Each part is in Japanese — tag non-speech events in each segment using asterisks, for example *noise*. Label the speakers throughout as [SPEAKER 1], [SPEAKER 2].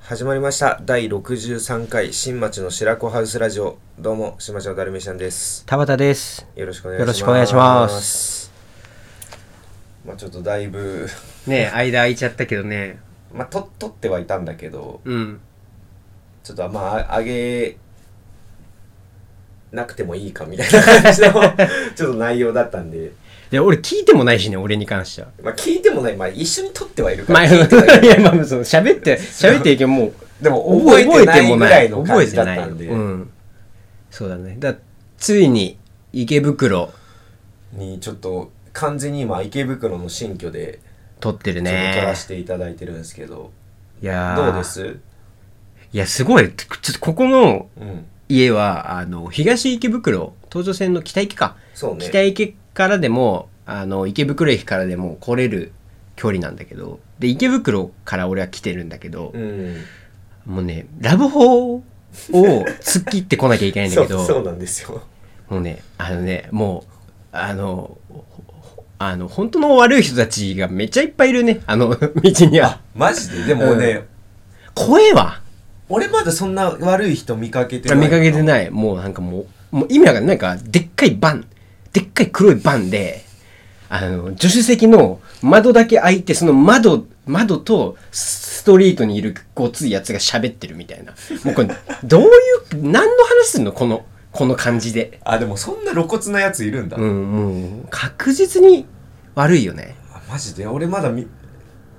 [SPEAKER 1] 始まりました第63回新町の白子ハウスラジオどうも新町のだるみしゃんです
[SPEAKER 2] 田畑です
[SPEAKER 1] よろしくお願いします
[SPEAKER 2] よろしくお願いします
[SPEAKER 1] まあちょっとだいぶ
[SPEAKER 2] ねえ間空いちゃったけどね
[SPEAKER 1] まあと撮ってはいたんだけど
[SPEAKER 2] うん
[SPEAKER 1] ちょっとまああ上げなくてもいいかみたいな感じ
[SPEAKER 2] *laughs*
[SPEAKER 1] のちょっと内容だったんで
[SPEAKER 2] で俺聞いてもないしね俺に関しては
[SPEAKER 1] まあ聞いてもないまあ一緒に撮ってはいるか
[SPEAKER 2] まあ
[SPEAKER 1] ら
[SPEAKER 2] *laughs* い
[SPEAKER 1] 聞いてはいる
[SPEAKER 2] やまあその喋って喋っていけばもう
[SPEAKER 1] でも覚えてないぐらいの
[SPEAKER 2] 覚
[SPEAKER 1] 感
[SPEAKER 2] え
[SPEAKER 1] じ
[SPEAKER 2] て
[SPEAKER 1] だっ
[SPEAKER 2] ない
[SPEAKER 1] たんで、
[SPEAKER 2] うんそうだねだついに池袋
[SPEAKER 1] にちょっと完全に今池袋の新居で
[SPEAKER 2] 撮ってる
[SPEAKER 1] ちょっと撮
[SPEAKER 2] ね
[SPEAKER 1] らせていただいてるんですけど、
[SPEAKER 2] いやー
[SPEAKER 1] どうです
[SPEAKER 2] いやすごいちょっとここの
[SPEAKER 1] うん
[SPEAKER 2] 家はあの東池袋東上線の北池か
[SPEAKER 1] そうね
[SPEAKER 2] 北池からでもあの池袋駅からでも来れる距離なんだけどで池袋から俺は来てるんだけど
[SPEAKER 1] う、ん
[SPEAKER 2] もうねラブホを突っ切ってこなきゃいけないん
[SPEAKER 1] *laughs*
[SPEAKER 2] だ
[SPEAKER 1] そ
[SPEAKER 2] け
[SPEAKER 1] う
[SPEAKER 2] ど
[SPEAKER 1] そうなんですよ
[SPEAKER 2] もうねあのねもうあのほほあの本当の悪い人たちがめっちゃいっぱいいるねあの道には
[SPEAKER 1] マジででもね、
[SPEAKER 2] うん怖えわ
[SPEAKER 1] 俺まだそんな悪い人見かけてない
[SPEAKER 2] 見かけて
[SPEAKER 1] い
[SPEAKER 2] ないもうなんかもうもう意味わかんないなんかでっかいバンでっかい黒いバンであの助手席の窓だけ開いてその窓窓とストリートにいるごついやつが喋ってるみたいなもうこれどういう何の話すんのこのこの感じで
[SPEAKER 1] あでもそんな露骨なやついるんだ、
[SPEAKER 2] うんもう確実に悪いよね
[SPEAKER 1] あマジで俺まだ見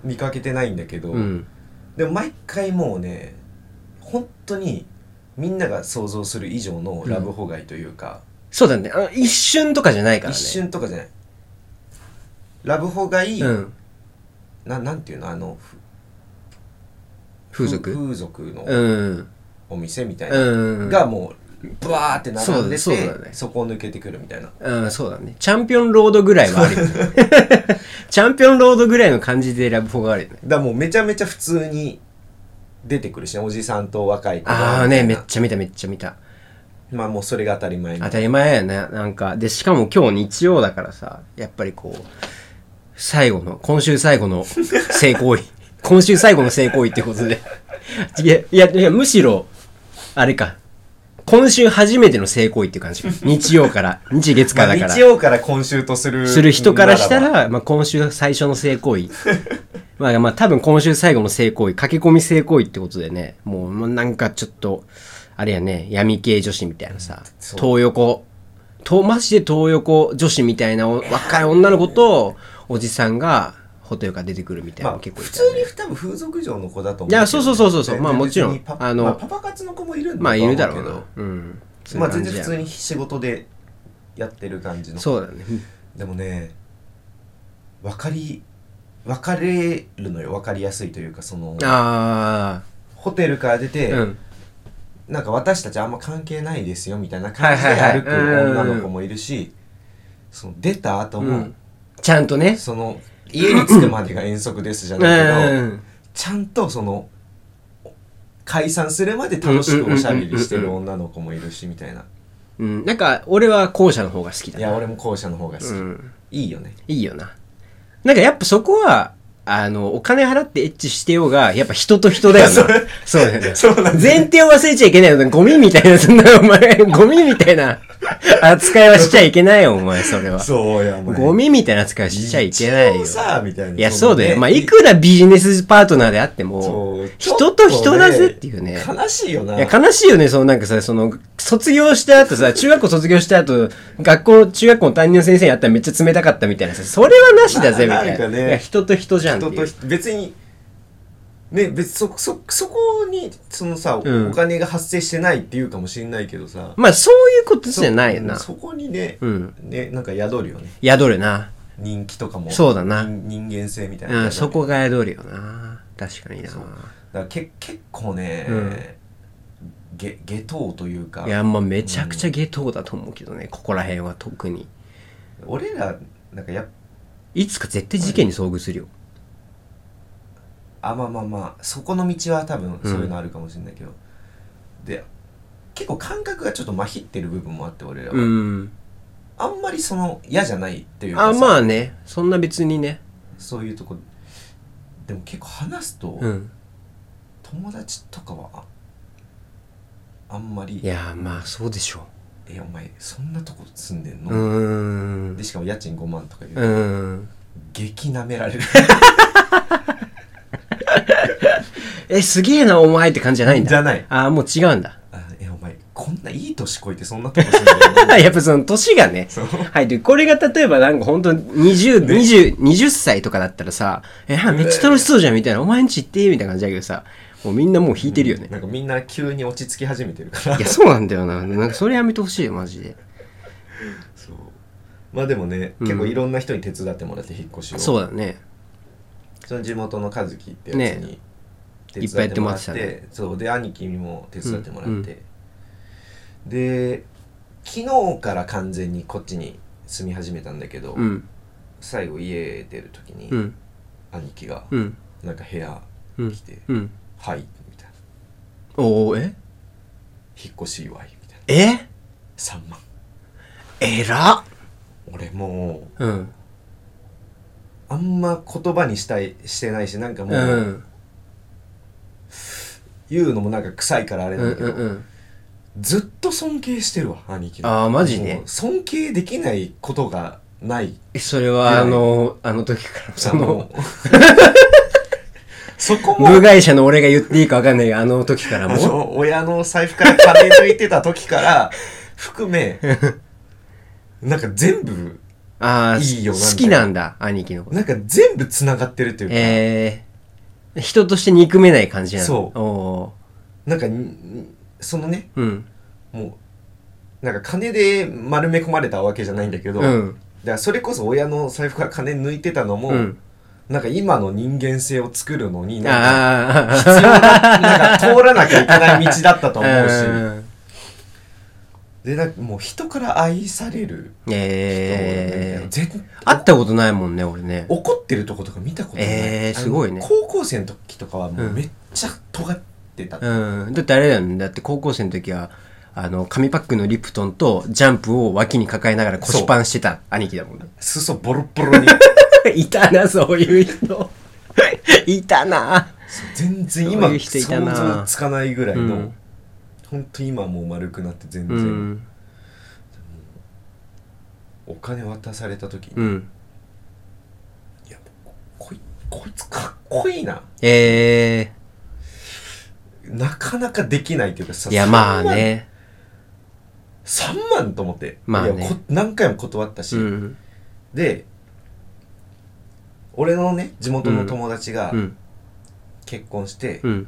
[SPEAKER 1] 見かけてないんだけど、
[SPEAKER 2] うん
[SPEAKER 1] でも毎回もうね本当にみんなが想像する以上のラブホガイというか、
[SPEAKER 2] そうだねあの一瞬とかじゃないからね
[SPEAKER 1] 一瞬とかじゃないラブホガイ、
[SPEAKER 2] うん
[SPEAKER 1] ななんていうのあのふ
[SPEAKER 2] 風俗
[SPEAKER 1] 風俗の
[SPEAKER 2] うん
[SPEAKER 1] お店みたいな、
[SPEAKER 2] うん
[SPEAKER 1] がもうブワーって並んでてそ
[SPEAKER 2] そうだそうだね
[SPEAKER 1] こを抜けてくるみたいな
[SPEAKER 2] うん、そうだね。チャンピオンロードぐらいはあるよね。 *laughs* チャンピオンロードぐらいの感じでラブホがあるよね。
[SPEAKER 1] だからもうめちゃめちゃ普通に出てくるしねおじさんと若い子が
[SPEAKER 2] ああね、
[SPEAKER 1] み
[SPEAKER 2] め
[SPEAKER 1] たいな
[SPEAKER 2] っちゃ見ためっちゃ見た。
[SPEAKER 1] まあもうそれが当たり前みた
[SPEAKER 2] 当
[SPEAKER 1] い
[SPEAKER 2] たり前やね。なんか、で、しかも今日日曜だからさ、やっぱりこう、最後の、今週最後の性行 *laughs* 為。今週最後の性行為ってことで。いや、いや、いやむしろ、あれか。今週初めての性行為っていう感じ。日曜から、日月
[SPEAKER 1] ま
[SPEAKER 2] 火
[SPEAKER 1] あ
[SPEAKER 2] だから。
[SPEAKER 1] 日曜から今週とする
[SPEAKER 2] する人からした
[SPEAKER 1] なば
[SPEAKER 2] ら、まあ、今週最初の性行為 *laughs* まあまあ多分今週最後の性行為駆け込み性行為ってことでねもうもうなんかちょっとあれやね闇系女子みたいなさ
[SPEAKER 1] そう
[SPEAKER 2] 東横とマジで東横女子みたいなお若い女の子とおじさんがホテルから出てくるみたいな、
[SPEAKER 1] まあ、
[SPEAKER 2] 結構い
[SPEAKER 1] 普
[SPEAKER 2] たよ
[SPEAKER 1] 通
[SPEAKER 2] ね
[SPEAKER 1] に多分風俗嬢の子だと思う
[SPEAKER 2] いやそうそうそうそうそ
[SPEAKER 1] 全
[SPEAKER 2] う
[SPEAKER 1] 然
[SPEAKER 2] まあもちろん
[SPEAKER 1] 別にパ
[SPEAKER 2] あの
[SPEAKER 1] まパパ活の子もいるんだ
[SPEAKER 2] まあいるだろう
[SPEAKER 1] とは
[SPEAKER 2] な
[SPEAKER 1] 思
[SPEAKER 2] うん
[SPEAKER 1] けどまあ全然普
[SPEAKER 2] そう
[SPEAKER 1] 通
[SPEAKER 2] いう感
[SPEAKER 1] に仕事でやってる感じ
[SPEAKER 2] じや
[SPEAKER 1] の
[SPEAKER 2] そうだね
[SPEAKER 1] でもね分かり分かれるのよ分かりやすいというかその
[SPEAKER 2] あ
[SPEAKER 1] ホテルから出
[SPEAKER 2] あ
[SPEAKER 1] て、
[SPEAKER 2] うん
[SPEAKER 1] なんか私たちあんま関係ないですよみたいな感じで
[SPEAKER 2] はいはいは
[SPEAKER 1] 歩
[SPEAKER 2] い
[SPEAKER 1] く
[SPEAKER 2] うん
[SPEAKER 1] 女の子もいるしその出た後
[SPEAKER 2] う
[SPEAKER 1] も、
[SPEAKER 2] んちゃんとね
[SPEAKER 1] その家に着くまでが遠足ですじゃ
[SPEAKER 2] う
[SPEAKER 1] ないけど
[SPEAKER 2] ん
[SPEAKER 1] ちゃんとその解散するまで楽しくおしゃべりして
[SPEAKER 2] うん
[SPEAKER 1] る
[SPEAKER 2] う
[SPEAKER 1] 女の子もいるしみたいな
[SPEAKER 2] うん、なんか俺は後者の方が好きだ
[SPEAKER 1] い
[SPEAKER 2] な
[SPEAKER 1] や俺も後者の方が好き、
[SPEAKER 2] うん、
[SPEAKER 1] いいよね
[SPEAKER 2] いいよななんかやっぱそこはあのお金払ってエッチしてようがやっぱ人と人だ
[SPEAKER 1] *laughs*
[SPEAKER 2] よなそうだよね
[SPEAKER 1] そうなんだよ
[SPEAKER 2] 前提を忘れちゃいけないよねゴミみたいなそんなお前ゴミみたいな扱いはしちゃいけないよお前それは
[SPEAKER 1] そうやお前
[SPEAKER 2] ゴミみたいな扱いはしちゃいけない
[SPEAKER 1] 一
[SPEAKER 2] よ
[SPEAKER 1] 応さみたいない
[SPEAKER 2] やそうだよ、
[SPEAKER 1] ね
[SPEAKER 2] まあいくらビジネスパートナーであっても
[SPEAKER 1] そう
[SPEAKER 2] 人と人だぜっていうね
[SPEAKER 1] ちょっと悲しいよない
[SPEAKER 2] や、悲しいよね、そのなんかさ、その、卒業した
[SPEAKER 1] *laughs*
[SPEAKER 2] 後さ、中学校卒業した後、学校、中学校の担任の先生に会ったらめっちゃ冷たかったみたいなさ、それはなしだぜ、み
[SPEAKER 1] まあ
[SPEAKER 2] たい
[SPEAKER 1] な
[SPEAKER 2] な。
[SPEAKER 1] んかね
[SPEAKER 2] いや、人と人じゃんってい
[SPEAKER 1] 人と
[SPEAKER 2] う。
[SPEAKER 1] 人別にね別そそそこにそのさ、
[SPEAKER 2] うん
[SPEAKER 1] お金が発生してないっていうかもしれないけどさ
[SPEAKER 2] まあ、そういうことじゃないよな。
[SPEAKER 1] そそこにね、
[SPEAKER 2] うん
[SPEAKER 1] ねなんか宿るよね
[SPEAKER 2] 宿るな。
[SPEAKER 1] 人気とかも
[SPEAKER 2] そうだな
[SPEAKER 1] 人人間性みたいな、
[SPEAKER 2] うん、そこが宿るよな。確かにな。
[SPEAKER 1] だからけ結構ね、
[SPEAKER 2] うん
[SPEAKER 1] げ下等というか
[SPEAKER 2] いや、まあ、めちゃくちゃ下等だと思うけどね、ここら辺は特に。
[SPEAKER 1] 俺らなんかやっ
[SPEAKER 2] いつか絶対事件に遭遇するよ。
[SPEAKER 1] あまあまあまあそこの道は多分そういうのあるかもしれないけど、で結構感覚がちょっとまひってる部分もあって俺らは、
[SPEAKER 2] うん。
[SPEAKER 1] あんまりその嫌じゃないっていうかさ
[SPEAKER 2] あ、まあね。そんな別にね。
[SPEAKER 1] そういうとこでも結構話すと、
[SPEAKER 2] うん。
[SPEAKER 1] 友達とかはああんまり
[SPEAKER 2] いやーまあそうでしょ
[SPEAKER 1] えお前そんなとこ住んでん
[SPEAKER 2] う
[SPEAKER 1] の、
[SPEAKER 2] うーん
[SPEAKER 1] でしかも家賃5万とか言う、
[SPEAKER 2] うーん
[SPEAKER 1] 激なめられる
[SPEAKER 2] えすげえなお前って感じじゃないんだ
[SPEAKER 1] じゃない
[SPEAKER 2] ああもう違うんだ *laughs*
[SPEAKER 1] あえお前こんないい年こいてそんなとこ住ん
[SPEAKER 2] *laughs*
[SPEAKER 1] でんの
[SPEAKER 2] やっぱその年がね
[SPEAKER 1] そう
[SPEAKER 2] はいでこれが例えばなんか本当二2020、20 20歳とかだったらさ「えめっちゃ楽しそうじゃん」みたいな「お前んち行って」みたいな感じだけどさもうみんなもう引いてるよね、
[SPEAKER 1] なんかみんな急に落ち着き始めてるから
[SPEAKER 2] いやそうなんだよななんかそれやめてほしいよマジで
[SPEAKER 1] そうまあでもね、
[SPEAKER 2] うん
[SPEAKER 1] 結構いろんな人に手伝ってもらって引っ越しを
[SPEAKER 2] そうだね
[SPEAKER 1] その地元の和樹ってやつに手
[SPEAKER 2] いっぱい
[SPEAKER 1] 伝
[SPEAKER 2] やっ
[SPEAKER 1] ってて
[SPEAKER 2] も
[SPEAKER 1] も
[SPEAKER 2] ら
[SPEAKER 1] ら
[SPEAKER 2] っ
[SPEAKER 1] ってて
[SPEAKER 2] たね
[SPEAKER 1] そうで兄貴にも手伝ってもらって、
[SPEAKER 2] うんうん
[SPEAKER 1] で昨日から完全にこっちに住み始めたんだけど、
[SPEAKER 2] うん
[SPEAKER 1] 最後家出る時に
[SPEAKER 2] うん
[SPEAKER 1] 兄貴が
[SPEAKER 2] うん
[SPEAKER 1] なんか部屋
[SPEAKER 2] うん
[SPEAKER 1] 来て
[SPEAKER 2] うん
[SPEAKER 1] 「はい」みたいな
[SPEAKER 2] おおえ
[SPEAKER 1] 「引っ越し祝い」みたいな
[SPEAKER 2] え
[SPEAKER 1] 3万
[SPEAKER 2] えらっ
[SPEAKER 1] 俺もう
[SPEAKER 2] うん
[SPEAKER 1] あんま言葉にしたいしてないしなんかも
[SPEAKER 2] う
[SPEAKER 1] う、
[SPEAKER 2] ん
[SPEAKER 1] 言うのもなんか臭いからあれ
[SPEAKER 2] う
[SPEAKER 1] なん
[SPEAKER 2] ん
[SPEAKER 1] だけど、
[SPEAKER 2] うんうん
[SPEAKER 1] ずっと尊敬してるわ兄貴の
[SPEAKER 2] あーマジで
[SPEAKER 1] もう尊敬できないことがない
[SPEAKER 2] えそれは
[SPEAKER 1] はい
[SPEAKER 2] あのあの時からその *laughs*
[SPEAKER 1] あのそこも
[SPEAKER 2] 部外者の俺が言っていいか分かんないがあの時から
[SPEAKER 1] あ
[SPEAKER 2] も
[SPEAKER 1] の親の財布から金抜いてた時から含
[SPEAKER 2] *laughs*
[SPEAKER 1] めなんか全部
[SPEAKER 2] ああ
[SPEAKER 1] いいよ
[SPEAKER 2] 好きなんだ兄貴のこと
[SPEAKER 1] なんか全部つながってるというか、
[SPEAKER 2] えー、人として憎めない感じなの
[SPEAKER 1] そう
[SPEAKER 2] お
[SPEAKER 1] なんかにそのね
[SPEAKER 2] ーうん
[SPEAKER 1] もうなんか金で丸め込まれたわけじゃないんだけど、
[SPEAKER 2] う
[SPEAKER 1] だか
[SPEAKER 2] ん
[SPEAKER 1] らそれこそ親の財布から金抜いてたのも、
[SPEAKER 2] うん
[SPEAKER 1] なんか今の人間性を作るのになんか
[SPEAKER 2] あ
[SPEAKER 1] 必要な、なんか通らなきゃいけない道だったと
[SPEAKER 2] あ
[SPEAKER 1] 思うし、
[SPEAKER 2] うん
[SPEAKER 1] で、なんかもう人から愛される人なんだよ
[SPEAKER 2] え
[SPEAKER 1] ね
[SPEAKER 2] ー、
[SPEAKER 1] 全
[SPEAKER 2] 会ったことないもんね俺ね
[SPEAKER 1] 怒ってるとことか見たことない。
[SPEAKER 2] えーすごいね
[SPEAKER 1] あの高校生の時とかはもううんめっちゃ尖ってた。
[SPEAKER 2] うん、だってあれだよねだって高校生の時はあの紙パックのリプトンとジャンプを脇に抱えながら腰パンしてた兄貴だもんね
[SPEAKER 1] 裾ボロボロに。
[SPEAKER 2] *laughs* いたなそうい
[SPEAKER 1] *laughs*
[SPEAKER 2] う人いたな
[SPEAKER 1] そう全然
[SPEAKER 2] そ
[SPEAKER 1] 今
[SPEAKER 2] ういう人いたな
[SPEAKER 1] 想像つかないぐらいうの
[SPEAKER 2] ん、
[SPEAKER 1] ほんと今もう丸くなって全
[SPEAKER 2] う
[SPEAKER 1] 然。
[SPEAKER 2] ん
[SPEAKER 1] お金渡された時に、
[SPEAKER 2] うん
[SPEAKER 1] いや、こいこいつかっこいいな。
[SPEAKER 2] え
[SPEAKER 1] なかなかできないというかさ
[SPEAKER 2] ー、いや
[SPEAKER 1] そん
[SPEAKER 2] まあ
[SPEAKER 1] な
[SPEAKER 2] ね
[SPEAKER 1] 3万と思って、
[SPEAKER 2] まあね
[SPEAKER 1] いやこ何回も断ったし、
[SPEAKER 2] うん
[SPEAKER 1] で俺のね地元の友達が
[SPEAKER 2] うん
[SPEAKER 1] 結婚して、
[SPEAKER 2] うん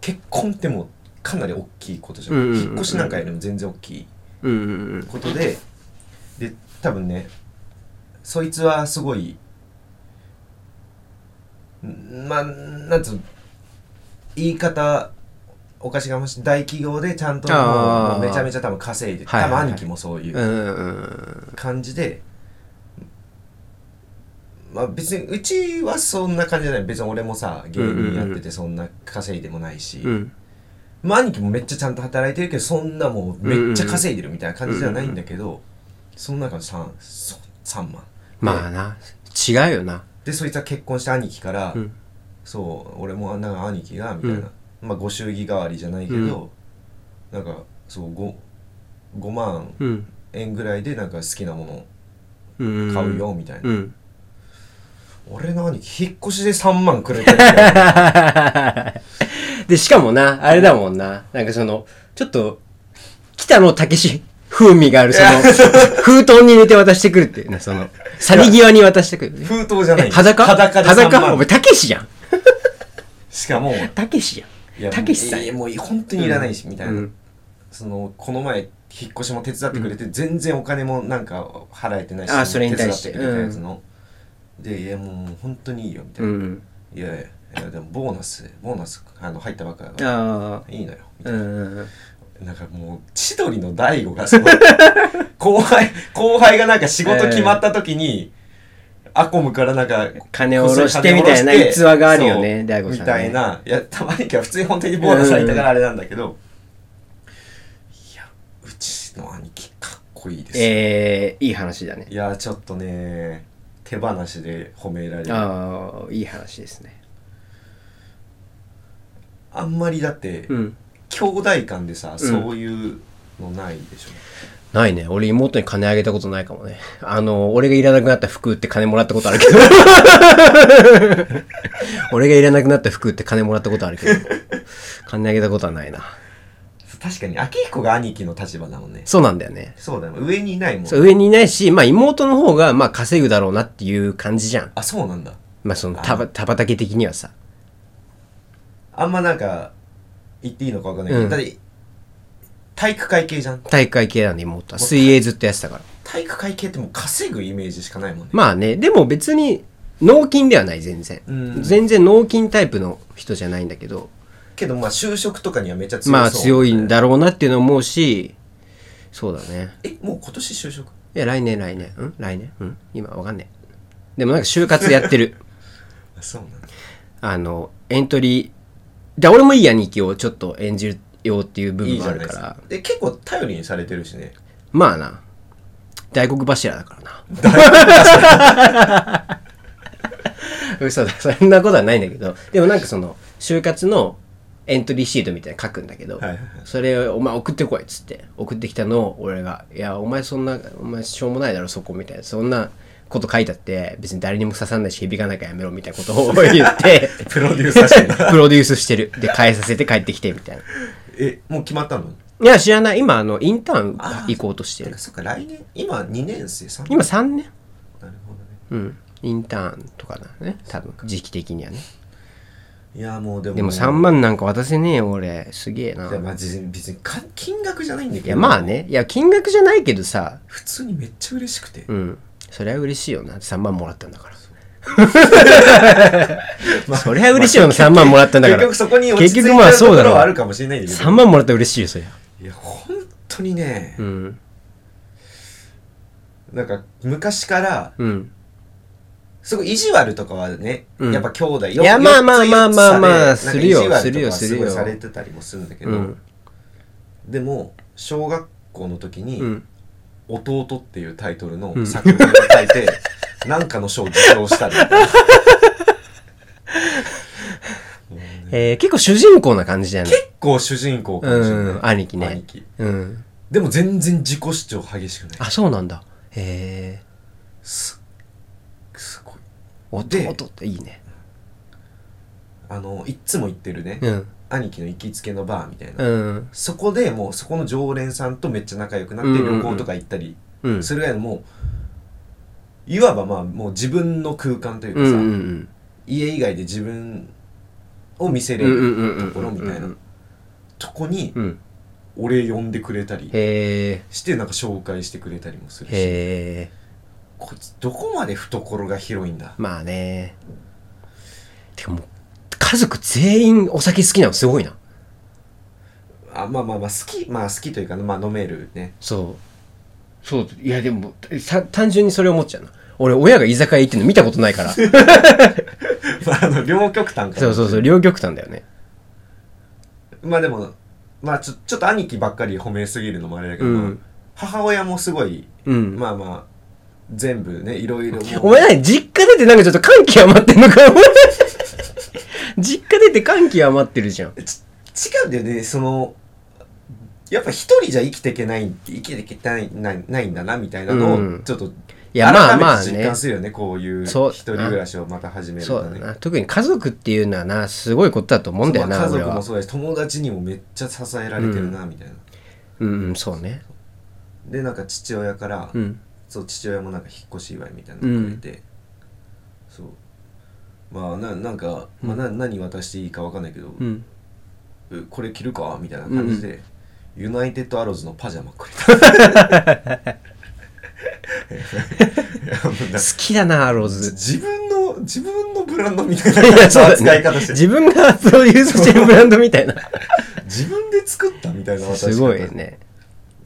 [SPEAKER 1] 結婚ってもうかなり大きいことじゃ,、
[SPEAKER 2] うんんうんうんうん
[SPEAKER 1] 引っ越しなんかよりも全然大きい
[SPEAKER 2] うんうん
[SPEAKER 1] ことでで多分ねそいつはすごいんまあなんつうの言い方おかしがましい大企業でちゃんともう
[SPEAKER 2] あー
[SPEAKER 1] もうめちゃめちゃ多分稼いで、
[SPEAKER 2] はいはいはい
[SPEAKER 1] 多分兄貴もそういう
[SPEAKER 2] うんうん
[SPEAKER 1] 感じで、まあ別にうちはそんな感じじゃない別に俺もさ芸人やっててそんな稼いでもないし、
[SPEAKER 2] うん
[SPEAKER 1] まあ兄貴もめっちゃちゃんと働いてるけどそんなもうめっちゃ稼いでるみたいな感じじゃないんだけど、その中の 3, 3万
[SPEAKER 2] まあな違うよな
[SPEAKER 1] でそいつは結婚した兄貴から、
[SPEAKER 2] うん
[SPEAKER 1] そう俺もなんか兄貴がみたいな、まあご祝儀代わりじゃないけど、なんかそう 5, 5万
[SPEAKER 2] うん
[SPEAKER 1] 円ぐらいでなんか好きなも
[SPEAKER 2] うん
[SPEAKER 1] の買うよみたいな、
[SPEAKER 2] うん
[SPEAKER 1] 俺の兄貴引っ越しで3万くれてる
[SPEAKER 2] で、しかもな、あれだもんな。なんかその、ちょっと、北野武史風味がある、その、封筒に入れて渡してくるっていうな、その、去り際に渡してくる、ね。
[SPEAKER 1] 封筒じゃない
[SPEAKER 2] *laughs* え裸
[SPEAKER 1] 裸で3
[SPEAKER 2] 裸お
[SPEAKER 1] 万
[SPEAKER 2] 前、武史じゃん。
[SPEAKER 1] しかも
[SPEAKER 2] 武史
[SPEAKER 1] い
[SPEAKER 2] じゃ
[SPEAKER 1] や
[SPEAKER 2] ん。武史さん
[SPEAKER 1] いやもう本当にいらないし、みたいな、
[SPEAKER 2] うん
[SPEAKER 1] そのこの前引っ越しも手伝ってくれて、全然お金もなんか払えてないし
[SPEAKER 2] あそれに対して
[SPEAKER 1] 手伝ってくれたやつの、でいやもう本当にいいよみた
[SPEAKER 2] う
[SPEAKER 1] いな、
[SPEAKER 2] ん。
[SPEAKER 1] いやいやいやでもボーナスボーナスあの入ったばっかだから
[SPEAKER 2] あ
[SPEAKER 1] いいのよみ
[SPEAKER 2] あ。
[SPEAKER 1] た
[SPEAKER 2] う
[SPEAKER 1] いな、な
[SPEAKER 2] ん。
[SPEAKER 1] んかもう千鳥の大悟がその後輩後輩がなんか仕事決まった時に、アコムからなんか
[SPEAKER 2] 金を下ろしてみたいな逸話があるよね
[SPEAKER 1] そう
[SPEAKER 2] 大悟さんね
[SPEAKER 1] みたいないやたまには普通に本当にボーナス入ったからあれなんだけど、いやうちの兄貴かっこいいです、
[SPEAKER 2] えー、いい話だね。
[SPEAKER 1] いやちょっとね手放しで褒められる
[SPEAKER 2] ああ、いい話ですね。
[SPEAKER 1] あんまりだって、
[SPEAKER 2] うん
[SPEAKER 1] 兄弟間でさ、そういうのないでしょ
[SPEAKER 2] ないね俺妹に金あげたことないかもねあの俺がいらなくなった服売って金もらったことある
[SPEAKER 1] *laughs*
[SPEAKER 2] けど俺がいらなくなった服売って金もらったことあるけど金あげたことはないな
[SPEAKER 1] 確かに明彦が兄貴の立場だもんね
[SPEAKER 2] そうなんだよね
[SPEAKER 1] そうだよ上にいないもん
[SPEAKER 2] そう上にいないし、まあ、妹の方がまあ稼ぐだろうなっていう感じじゃん
[SPEAKER 1] あそうなんだ
[SPEAKER 2] まあそのたばたばたけ的にはさ
[SPEAKER 1] あんまなんか言っていいのかわかんないけど、
[SPEAKER 2] うん
[SPEAKER 1] だって体育会系じゃん
[SPEAKER 2] 体育会系なんで妹は水泳ずっとやってたから
[SPEAKER 1] 体育会系ってもう稼ぐイメージしかないもんね、
[SPEAKER 2] まあねでも別に納金ではない全然、
[SPEAKER 1] うん
[SPEAKER 2] 全然納金タイプの人じゃないんだけど
[SPEAKER 1] けどまあ就職とかにはめっちゃ強そう
[SPEAKER 2] まあ強いん
[SPEAKER 1] だ
[SPEAKER 2] だろうなっていうのを思うしそうだね
[SPEAKER 1] えもう今年就職
[SPEAKER 2] いや来年来年うん来年うん今わかんねえでもなんか就活やっ
[SPEAKER 1] *laughs*
[SPEAKER 2] てる
[SPEAKER 1] あそうなんだ
[SPEAKER 2] あのエントリーじゃあ俺もいいや兄貴をちょっと演じるよっていう部
[SPEAKER 1] い
[SPEAKER 2] 分
[SPEAKER 1] いじゃ
[SPEAKER 2] もあ
[SPEAKER 1] ないで
[SPEAKER 2] るか
[SPEAKER 1] す
[SPEAKER 2] ら
[SPEAKER 1] かで結構頼りにされてるしね
[SPEAKER 2] まあな大黒柱だからな
[SPEAKER 1] *laughs*
[SPEAKER 2] 嘘だそんなことはないんだけどでもなんかその就活のエントリーシートみたいなの書くんだけど、
[SPEAKER 1] はいはいはい
[SPEAKER 2] それを「お前送ってこい」っつって送ってきたのを俺が「いやお前そんなお前しょうもないだろそこ」みたいなそんなこと書いてあって別に誰にも刺さんないし響かなきゃやめろみたいなことを言って
[SPEAKER 1] *laughs* プロデューサーしてん
[SPEAKER 2] *laughs*
[SPEAKER 1] だ
[SPEAKER 2] プロデュースしてるで変えさせて帰ってきてみたいな
[SPEAKER 1] えもう決まったの
[SPEAKER 2] いや知らない今あのインターン
[SPEAKER 1] あー
[SPEAKER 2] 行こうとして
[SPEAKER 1] て
[SPEAKER 2] る
[SPEAKER 1] かそっか来年今2年生3年
[SPEAKER 2] 今3年
[SPEAKER 1] 生なるほどね
[SPEAKER 2] うんインターンとかだね多分時期的にはね
[SPEAKER 1] いやもうでも
[SPEAKER 2] でも3万なんか渡せねえよ俺すげえない
[SPEAKER 1] やまあ別に別にか金額じゃないんだけど
[SPEAKER 2] いやまあねいや金額じゃないけどさ
[SPEAKER 1] 普通にめっちゃ嬉しくて、
[SPEAKER 2] うんそりゃ嬉しいよな3万もらったんだから
[SPEAKER 1] まあ
[SPEAKER 2] そりゃ嬉しいよな3万もらったんだから
[SPEAKER 1] 結局そこに落ち着い
[SPEAKER 2] 結
[SPEAKER 1] て
[SPEAKER 2] 局まあ
[SPEAKER 1] ると
[SPEAKER 2] そう
[SPEAKER 1] こ
[SPEAKER 2] だ
[SPEAKER 1] ろ
[SPEAKER 2] ろ
[SPEAKER 1] はあるかもしれないんだけど
[SPEAKER 2] 3万もらったら嬉しいよそりゃ
[SPEAKER 1] いや本当にね
[SPEAKER 2] う、ん
[SPEAKER 1] なんか昔から
[SPEAKER 2] うん
[SPEAKER 1] すごい意地悪とかはね、
[SPEAKER 2] うん
[SPEAKER 1] やっぱ兄弟い
[SPEAKER 2] やまあまあまあまあまあするよ
[SPEAKER 1] するよす
[SPEAKER 2] する
[SPEAKER 1] ご
[SPEAKER 2] よ
[SPEAKER 1] い
[SPEAKER 2] する
[SPEAKER 1] さ
[SPEAKER 2] よ
[SPEAKER 1] れてたりもするんだけど、
[SPEAKER 2] うん
[SPEAKER 1] でも小学校の時に「
[SPEAKER 2] うん
[SPEAKER 1] 弟」っていうタイトルの
[SPEAKER 2] ん
[SPEAKER 1] 作品を書いて、 *laughs* なんかの賞を受賞したり
[SPEAKER 2] えー結構主人公な感じじゃない
[SPEAKER 1] 結構主人公かもしれない、
[SPEAKER 2] うん兄貴ね
[SPEAKER 1] 兄貴
[SPEAKER 2] うん
[SPEAKER 1] でも全然自己主張激しくない
[SPEAKER 2] あそうなんだへえ
[SPEAKER 1] すすごいで
[SPEAKER 2] 弟っていいね
[SPEAKER 1] あのいっつも行ってるね、
[SPEAKER 2] うん
[SPEAKER 1] 兄貴の行きつけのバーみたいな、
[SPEAKER 2] うん
[SPEAKER 1] そこでもうそこの常連さんとめっちゃ仲良くなっ
[SPEAKER 2] うん
[SPEAKER 1] て
[SPEAKER 2] うんうん
[SPEAKER 1] 旅行とか行ったり
[SPEAKER 2] うん
[SPEAKER 1] するぐらいのもういわばまあもう自分の空間というか
[SPEAKER 2] うんう
[SPEAKER 1] さ、
[SPEAKER 2] んうん
[SPEAKER 1] 家以外で自分を見せ
[SPEAKER 2] う
[SPEAKER 1] れ
[SPEAKER 2] んう
[SPEAKER 1] る
[SPEAKER 2] んうんうん
[SPEAKER 1] ところみたいなとこに
[SPEAKER 2] うん
[SPEAKER 1] 俺呼んでくれたり
[SPEAKER 2] へえ
[SPEAKER 1] してなんか紹介してくれたりもするし
[SPEAKER 2] へえ
[SPEAKER 1] こいつどこまで懐が広いんだ
[SPEAKER 2] まあねてかもう家族全員お酒好きなのすごいな
[SPEAKER 1] あまあまあまあ好きまあ好きというかまあ飲めるね *laughs*
[SPEAKER 2] そうそういやでもさ単純にそれ思っちゃうな俺親が居酒屋行ってんの見たことな
[SPEAKER 1] *laughs*
[SPEAKER 2] いからそ
[SPEAKER 1] まああの両極端か
[SPEAKER 2] う
[SPEAKER 1] ら
[SPEAKER 2] そうそう両極端だよね
[SPEAKER 1] まあでもまあちょちょっと兄貴ばっかり褒めすぎるのもあれだけど、
[SPEAKER 2] うん
[SPEAKER 1] 母親もすごい
[SPEAKER 2] うん、
[SPEAKER 1] まあまあ全部ねいろいろもう
[SPEAKER 2] お前何実家出てなんかちょっと歓喜余ってんの
[SPEAKER 1] *laughs*
[SPEAKER 2] かよ実家出て歓喜余ってるじゃん
[SPEAKER 1] 違うんだよねそのやっぱ一人じゃ生きていけない生きていけないないないんだなみたいなの
[SPEAKER 2] う
[SPEAKER 1] を
[SPEAKER 2] ん
[SPEAKER 1] ちょっと
[SPEAKER 2] いやまあ
[SPEAKER 1] 改
[SPEAKER 2] まあ
[SPEAKER 1] めて実
[SPEAKER 2] ね
[SPEAKER 1] 感するよねこういう
[SPEAKER 2] そう
[SPEAKER 1] 一人暮らしをまた始める
[SPEAKER 2] そう
[SPEAKER 1] と
[SPEAKER 2] だ
[SPEAKER 1] ね
[SPEAKER 2] な特に家族っていうのはなすごいことだと思うんだよな
[SPEAKER 1] まあ家
[SPEAKER 2] 俺
[SPEAKER 1] 族も
[SPEAKER 2] は
[SPEAKER 1] そうだし友達にもめっちゃ支えられてるなみたいな、
[SPEAKER 2] うんうんそうね
[SPEAKER 1] でなんか父親から、
[SPEAKER 2] うん
[SPEAKER 1] そう父親もなんか引っ越し祝いみたいなのくれて、そうまあななんか、まあ、な何渡していいかわかんないけど、
[SPEAKER 2] うん
[SPEAKER 1] うこれ着るかみたいな感じで、ユナイテッドアローズのパジャマくれたいやもう
[SPEAKER 2] 好
[SPEAKER 1] な
[SPEAKER 2] きだなロー
[SPEAKER 1] *laughs*
[SPEAKER 2] ズ
[SPEAKER 1] 自分の自分のブランドみたいな感じの扱い方して
[SPEAKER 2] *laughs* 自分がプロデュースしてるブランド
[SPEAKER 1] *laughs*
[SPEAKER 2] みたいな
[SPEAKER 1] 自分で作ったみたいな渡し方
[SPEAKER 2] すごいね